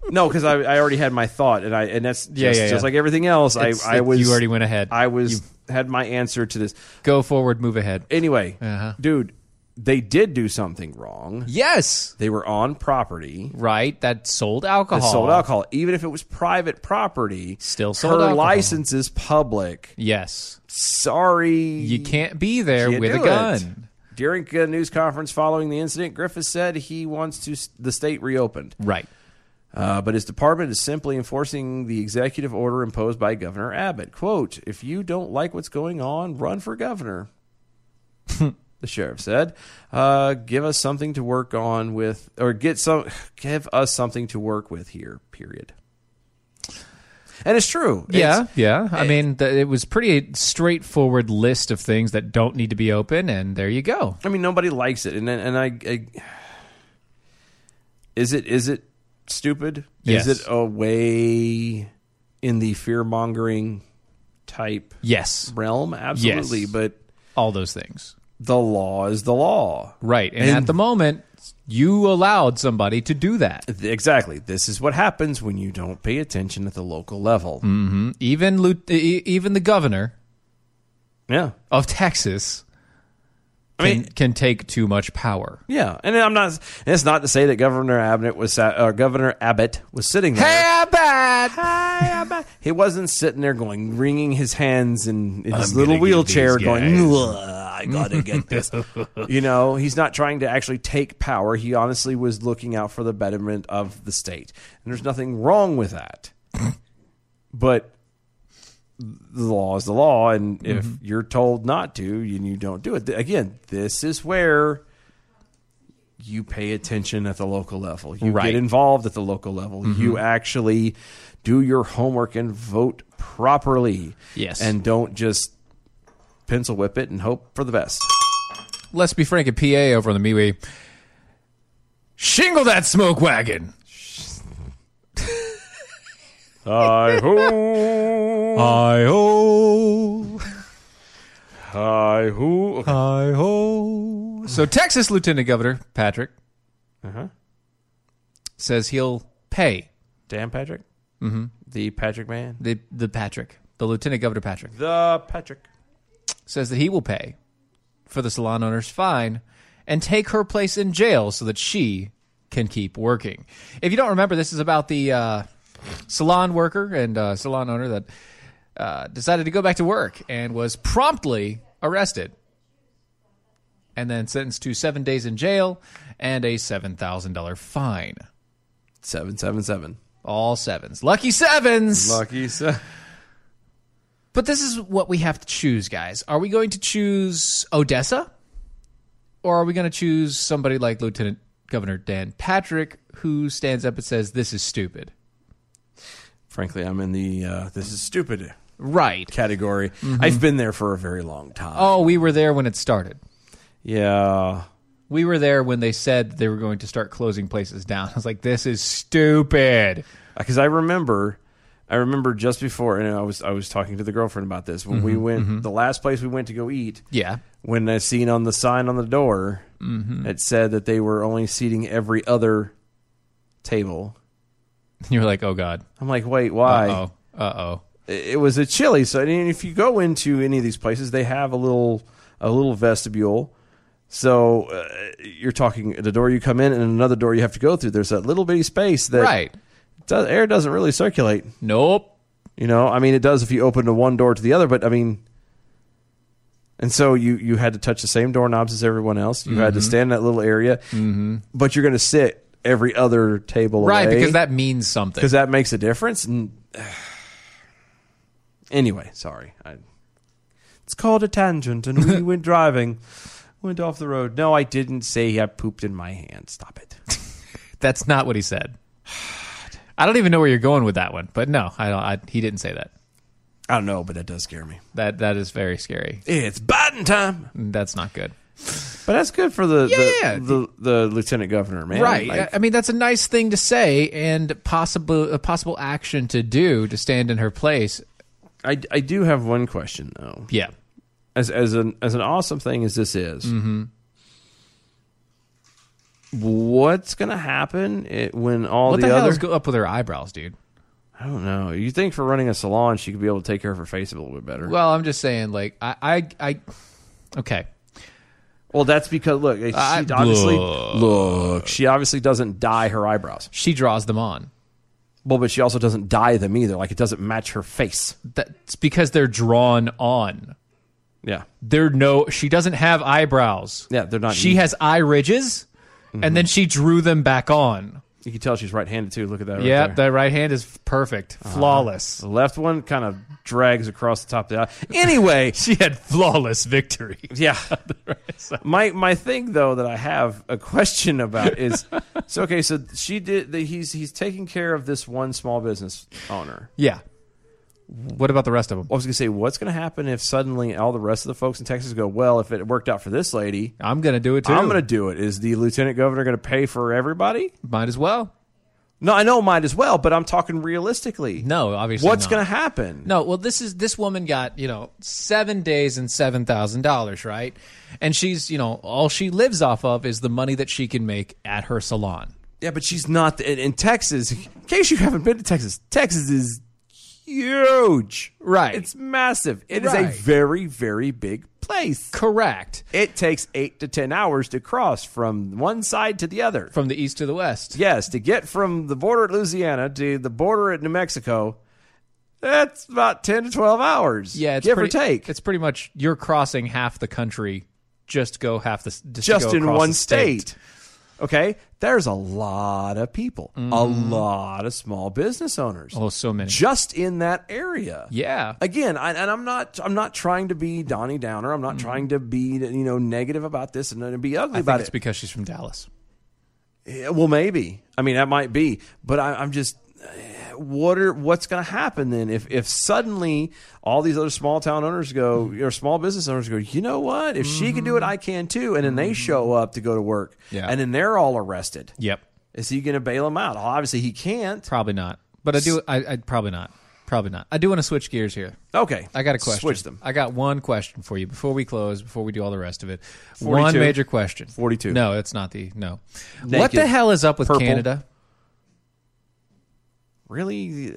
Speaker 5: no, because I, I already had my thought, and I and that's just,
Speaker 6: Yeah, yeah, yeah.
Speaker 5: just like everything else.
Speaker 6: It's-
Speaker 5: I, I
Speaker 6: it-
Speaker 5: was
Speaker 6: you already went ahead.
Speaker 5: I was
Speaker 6: You-
Speaker 5: had my answer to this.
Speaker 6: Go forward, move ahead.
Speaker 5: Anyway,
Speaker 6: Uh-huh.
Speaker 5: dude, they did do something wrong.
Speaker 6: Yes.
Speaker 5: They were on property.
Speaker 6: Right. That sold alcohol.
Speaker 5: They sold alcohol, even if it was private property.
Speaker 6: Still sold
Speaker 5: Her
Speaker 6: alcohol.
Speaker 5: license is public.
Speaker 6: Yes.
Speaker 5: Sorry,
Speaker 6: You can't be there
Speaker 5: can't
Speaker 6: with a
Speaker 5: do it.
Speaker 6: gun.
Speaker 5: During a news conference following the incident, Griffith said he wants to the state reopened,
Speaker 6: Right.
Speaker 5: uh, but his department is simply enforcing the executive order imposed by Governor Abbott. "Quote: If you don't like what's going on, run for governor." the sheriff said. Uh, give us something to work on with, or get some, give us something to work with here. Period. And it's true.
Speaker 6: Yeah,
Speaker 5: It's-
Speaker 6: yeah. I mean, th- it was pretty straightforward list of things that don't need to be open, and there you go.
Speaker 5: I mean, nobody likes it, and then- and I, I is it is it stupid?
Speaker 6: Yes.
Speaker 5: Is it a way in the fear mongering type
Speaker 6: Yes,
Speaker 5: realm? Absolutely, but
Speaker 6: all those things.
Speaker 5: the law is the law.
Speaker 6: Right, and, at the moment, you allowed somebody to do that.
Speaker 5: Exactly. This is what happens when you don't pay attention at the local level.
Speaker 6: Even Lu- e- even the governor
Speaker 5: Yeah.
Speaker 6: of Texas can,
Speaker 5: mean-
Speaker 6: can take too much power.
Speaker 5: Yeah, and I'm not. And it's not to say that Governor Abbott was sat, or Governor Abbott was sitting there. Hey Abbott, He wasn't sitting there going, wringing his hands in, in his little wheelchair, going, "Ugh, "I gotta get this." you know, he's not trying to actually take power. He honestly was looking out for the betterment of the state, and there's nothing wrong with that. but the law is the law, and if
Speaker 6: Mm-hmm.
Speaker 5: you're told not to, and you don't do it, th- again, this is where you pay attention at the local level. You
Speaker 6: Right. Mm-hmm.
Speaker 5: get involved at the local level. You actually do your homework and vote properly.
Speaker 6: Yes.
Speaker 5: And don't just pencil whip it and hope for the best.
Speaker 6: Let's be frank, a PA over on the MeWe. Shingle that smoke wagon.
Speaker 5: I ho,
Speaker 6: I ho,
Speaker 5: I ho. Okay.
Speaker 6: I ho. So Texas Lieutenant Governor Patrick
Speaker 5: Uh-huh.
Speaker 6: says he'll pay
Speaker 5: Dan Patrick? Mm-hmm. The Patrick man?
Speaker 6: the the Patrick, the Lieutenant Governor Patrick,
Speaker 5: The Patrick.
Speaker 6: says that he will pay for the salon owner's fine and take her place in jail so that she can keep working. If you don't remember, this is about the uh, salon worker and uh, salon owner that uh, decided to go back to work and was promptly arrested and then sentenced to seven days in jail and a seven thousand dollar fine.
Speaker 5: 777.
Speaker 6: All sevens, lucky sevens.
Speaker 5: Lucky. se-
Speaker 6: But this is what we have to choose, guys. Are we going to choose Odessa? Or are we going to choose somebody like Lieutenant Governor Dan Patrick who stands up and says, this is stupid?
Speaker 5: Frankly, I'm in the uh, this is stupid
Speaker 6: Right.
Speaker 5: category. I've been there for a very long time.
Speaker 6: Oh, we were there when it started.
Speaker 5: Yeah.
Speaker 6: We were there when they said they were going to start closing places down. I was like, this is stupid.
Speaker 5: because I remember I remember just before, and I was I was talking to the girlfriend about this when we went the last place we went to go eat.
Speaker 6: Yeah.
Speaker 5: When I seen on the sign on the door, it said that they were only seating every other table.
Speaker 6: You're like, oh god.
Speaker 5: I'm like, wait, why?
Speaker 6: Uh oh. Uh oh.
Speaker 5: it was a chili. So I mean, if you go into any of these places, they have a little a little vestibule. So uh, you're talking the door you come in and another door you have to go through. There's that little bitty space that
Speaker 6: Right.
Speaker 5: does, air doesn't really circulate.
Speaker 6: Nope.
Speaker 5: You know, I mean, it does if you open the one door to the other, but I mean, and so you you had to touch the same doorknobs as everyone else. You had to stand in that little area, mm-hmm. but you're going to sit every other table
Speaker 6: Right,
Speaker 5: away
Speaker 6: because that means something.
Speaker 5: because that makes a difference. And anyway, sorry, I, it's called a tangent, and we went driving, went off the road. No, I didn't say I pooped in my hand. Stop it.
Speaker 6: That's not what he said. I don't even know where you're going with that one, but no, I don't. I, he didn't say that.
Speaker 5: I don't know, but that does scare me.
Speaker 6: That that is very scary.
Speaker 5: It's Biden time,
Speaker 6: That's not good.
Speaker 5: but that's good for the
Speaker 6: Yeah.
Speaker 5: the, the, the lieutenant governor, man.
Speaker 6: Right.
Speaker 5: Like,
Speaker 6: I mean, that's a nice thing to say and possible a possible action to do to stand in her place.
Speaker 5: I, I do have one question though.
Speaker 6: Yeah.
Speaker 5: As as an as an awesome thing as this is. What's gonna happen it, when all
Speaker 6: What
Speaker 5: the,
Speaker 6: the, hell
Speaker 5: other
Speaker 6: is go up with her eyebrows, dude?
Speaker 5: I don't know. You think for running a salon, she could be able to take care of her face a little bit better? Well,
Speaker 6: Well, I'm just saying, like, I, I, I okay,
Speaker 5: that's because look, she
Speaker 6: I-
Speaker 5: obviously
Speaker 6: Look.
Speaker 5: look. She obviously doesn't dye her eyebrows.
Speaker 6: she draws them on.
Speaker 5: Well, but she also doesn't dye them either. Like it doesn't match her face.
Speaker 6: That's because they're drawn on.
Speaker 5: Yeah,
Speaker 6: They're no. She doesn't have eyebrows.
Speaker 5: yeah, they're not. Mm-hmm.
Speaker 6: She
Speaker 5: even.
Speaker 6: has eye ridges, and then she drew them back on.
Speaker 5: You can tell she's right-handed too. Look at that. Right
Speaker 6: yeah,
Speaker 5: there. Uh-huh. Oh.
Speaker 6: that right hand is perfect, flawless.
Speaker 5: the left one kind of drags across the top of the eye. Anyway,
Speaker 6: She had flawless victory.
Speaker 5: Yeah. my my thing though that I have a question about is so okay so she did the, he's he's taking care of this one small business owner.
Speaker 6: Yeah. What about the rest of them?
Speaker 5: I was gonna say what's gonna happen if suddenly all the rest of the folks in Texas go well if it worked out for this lady
Speaker 6: I'm gonna do it too.
Speaker 5: I'm gonna do it. Is the lieutenant governor gonna pay for everybody?
Speaker 6: might as well.
Speaker 5: No, I know might as well, but I'm talking realistically.
Speaker 6: No, obviously.
Speaker 5: what's
Speaker 6: not.
Speaker 5: gonna happen?
Speaker 6: No, well, this is this woman got you know seven days and seven thousand dollars, right? And she's you know all she lives off of is the money that she can make at her salon.
Speaker 5: Yeah, but she's not in, in Texas. In case you haven't been to Texas, Texas is huge.
Speaker 6: Right.
Speaker 5: It's massive. It is
Speaker 6: Right.
Speaker 5: a very, very big place.
Speaker 6: Correct.
Speaker 5: It takes eight to 10 hours to cross from one side to the other.
Speaker 6: From the east to the west.
Speaker 5: Yes, to get from the border at Louisiana to the border at New Mexico, that's about 10 to 12 hours.
Speaker 6: Yeah, it's
Speaker 5: give
Speaker 6: pretty,
Speaker 5: or take.
Speaker 6: It's pretty much you're crossing half the country just to go half the just, to
Speaker 5: just
Speaker 6: go
Speaker 5: in
Speaker 6: across
Speaker 5: one
Speaker 6: the state.
Speaker 5: state. Okay, there's a lot of people, a lot of small business owners.
Speaker 6: Mm-hmm. Oh, so many.
Speaker 5: just in that area.
Speaker 6: Yeah.
Speaker 5: Again, I, and I'm not I'm not trying to be Donnie Downer. I'm not trying to be you know negative about this and, and be ugly
Speaker 6: Mm-hmm. I
Speaker 5: about
Speaker 6: think it's
Speaker 5: it.
Speaker 6: because she's from Dallas.
Speaker 5: Yeah, well, maybe. I mean, that might be. But I, I'm just eh, what are what's going to happen then if if suddenly all these other small town owners go
Speaker 6: Mm-hmm.
Speaker 5: or small business owners go, you know what? If she can do it, I can too. And then they show up to go to work,
Speaker 6: Mm-hmm. Yeah.
Speaker 5: and then they're all arrested.
Speaker 6: Yep.
Speaker 5: Is he going to bail them out? Well, obviously, he can't.
Speaker 6: Probably not. But I do. I, I probably not. Probably not. I do want to switch gears here.
Speaker 5: Okay,
Speaker 6: I got a question.
Speaker 5: Switch them.
Speaker 6: I got one question for you before we close, before we do all the rest of it.
Speaker 5: 42.
Speaker 6: One major question.
Speaker 5: 42.
Speaker 6: No, it's not the no. What
Speaker 5: Naked.
Speaker 6: the hell is up with
Speaker 5: Purple.
Speaker 6: Canada?
Speaker 5: Really?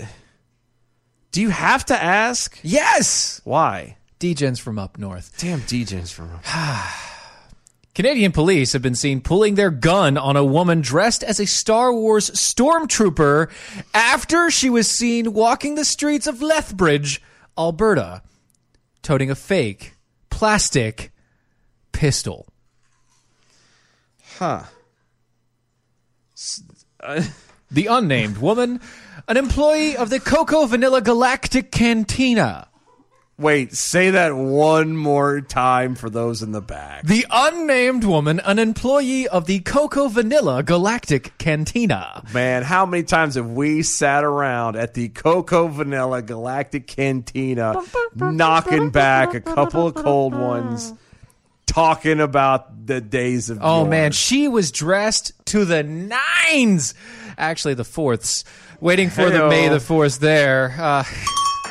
Speaker 5: Do you have to ask? Yes. Why?
Speaker 6: DGen's from up north.
Speaker 5: Damn, DJ's from.
Speaker 6: Canadian police have been seen pulling their gun on a woman dressed as a Star Wars stormtrooper after she was seen walking the streets of Lethbridge, Alberta, toting a fake plastic pistol. the unnamed woman, an employee of the Coco Vanilla Galactic Cantina.
Speaker 5: Wait, say that one more time for those in the back.
Speaker 6: The unnamed woman, an employee of the Coco Vanilla Galactic Cantina.
Speaker 5: Man, how many times have we sat around at the Coco Vanilla Galactic Cantina knocking back a couple of cold ones, talking about the days of.
Speaker 6: Oh
Speaker 5: yore?
Speaker 6: man, she was dressed to the nines actually the fourths. Waiting for the
Speaker 5: Heyo.
Speaker 6: May the Fourth there uh,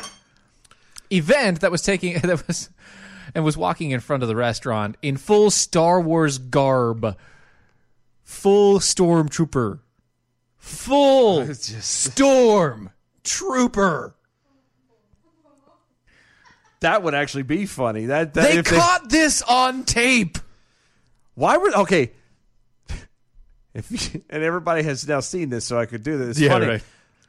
Speaker 6: event that was taking that was and was walking in front of the restaurant in full Star Wars garb, full stormtrooper, full storm trooper.
Speaker 5: That would actually be funny. That, that
Speaker 6: They
Speaker 5: if
Speaker 6: caught this on tape.
Speaker 5: Why would okay? If and everybody has now seen this, so I could do this. It's
Speaker 6: Yeah,
Speaker 5: funny.
Speaker 6: right.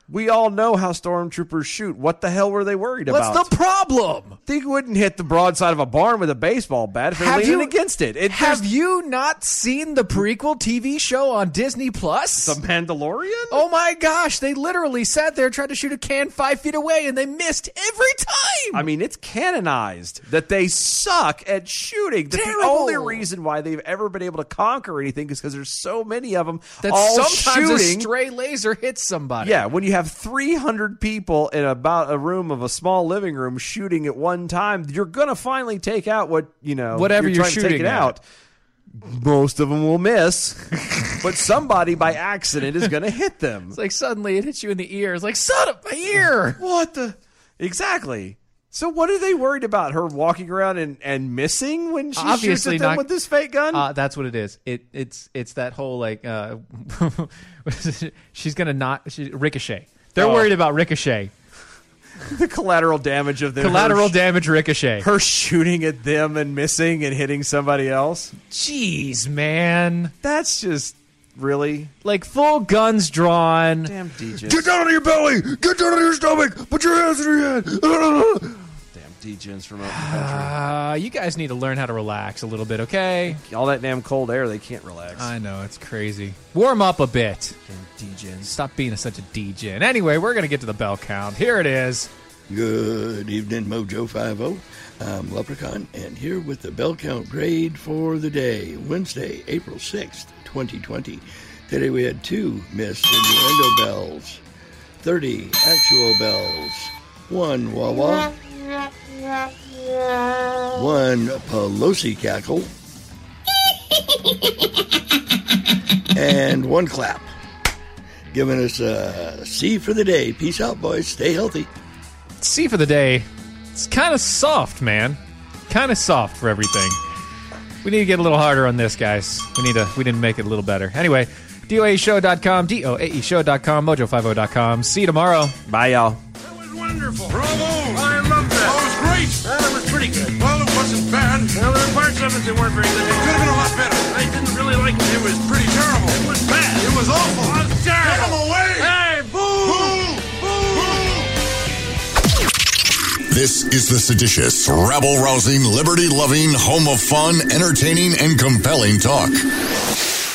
Speaker 5: We all know how stormtroopers shoot. What the hell were they worried about?
Speaker 6: What's the problem?
Speaker 5: they wouldn't hit the broadside of a barn with a baseball bat if they're leaning against it. it
Speaker 6: have
Speaker 5: there's-
Speaker 6: you not seen the prequel TV show on Disney Plus?
Speaker 5: the Mandalorian?
Speaker 6: Oh my gosh, they literally sat there trying to shoot a can five feet away and they missed every time.
Speaker 5: I mean, it's canonized that they suck at shooting. That the
Speaker 6: Terrible.
Speaker 5: only reason why they've ever been able to conquer anything is because there's so many of them
Speaker 6: that
Speaker 5: all
Speaker 6: sometimes
Speaker 5: shooting.
Speaker 6: a stray laser hits somebody.
Speaker 5: Yeah, when you have 300 people in about a room of a small living room shooting at one time, you're going to finally take out what, you know,
Speaker 6: Whatever you're
Speaker 5: trying to
Speaker 6: shooting
Speaker 5: take it
Speaker 6: at.
Speaker 5: out. Most of them will miss, but somebody by accident is going to hit them.
Speaker 6: It's like suddenly it hits you in the ear. It's like, son of my ear.
Speaker 5: What the? Exactly. So what are they worried about? Her walking around and, and missing when she shoots
Speaker 6: Obviously
Speaker 5: at them
Speaker 6: not-
Speaker 5: with this fake gun?
Speaker 6: Uh, that's what it is. It it's it's that whole like uh, she's gonna not she, ricochet. They're
Speaker 5: Oh.
Speaker 6: worried about ricochet,
Speaker 5: the collateral damage of the
Speaker 6: collateral
Speaker 5: her, sh-
Speaker 6: damage, ricochet.
Speaker 5: her shooting at them and missing and hitting somebody else.
Speaker 6: Jeez, man,
Speaker 5: That's just really
Speaker 6: like full guns drawn.
Speaker 5: damn DJ.
Speaker 10: down on your belly. Get down on your stomach. Put your hands in your head.
Speaker 5: DJs from out in the country.
Speaker 6: Uh, you guys need to learn how to relax a little bit, okay?
Speaker 5: All that damn cold air, they can't relax.
Speaker 6: I know it's crazy. Warm up a bit.
Speaker 5: DJs.
Speaker 6: Stop being such a DJ. And anyway, we're gonna get to the bell count. Here it is.
Speaker 12: Good evening, Mojo 50. I'm Leprechaun, and here with the bell count grade for the day, Wednesday, April 6th, 2020. Today we had two missed innuendo bells, 30 actual bells, one wawa, one Pelosi cackle, and one clap. Giving us a C for the day. Peace out, boys. Stay healthy.
Speaker 6: C for the day. It's kind of soft, man. Kind of soft for everything. We need to get a little harder on this, guys. We need to. We didn't make it a little better. Anyway, E doaeshow.com, doaeshow.com, mojo50.com. See you tomorrow.
Speaker 5: Bye, y'all.
Speaker 2: That was wonderful. Bravo! I love that. That was great. That was pretty good. Well, it wasn't bad. Well, there were parts of it that weren't very good. It could have been a lot better. I didn't really like it. It was pretty terrible. It was bad. It was awful. It was terrible. Get him away! Hey, Boo! boo.
Speaker 3: This is the seditious, rabble rousing, liberty loving, home of fun, entertaining, and compelling talk.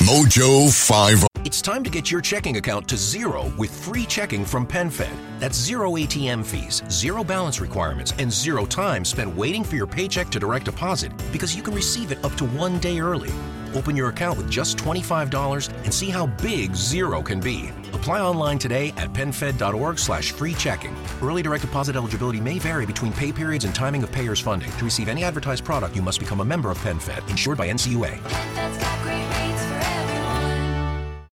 Speaker 3: Mojo 50.
Speaker 11: It's time to get your checking account to zero with free checking from PenFed. That's zero ATM fees, zero balance requirements, and zero time spent waiting for your paycheck to direct deposit because you can receive it up to one day early. Open your account with just $25 and see how big zero can be. Apply online today at PenFed.org slash free checking. Early direct deposit eligibility may vary between pay periods and timing of payer's funding. To receive any advertised product, you must become a member of PenFed, insured by NCUA.
Speaker 8: That's got great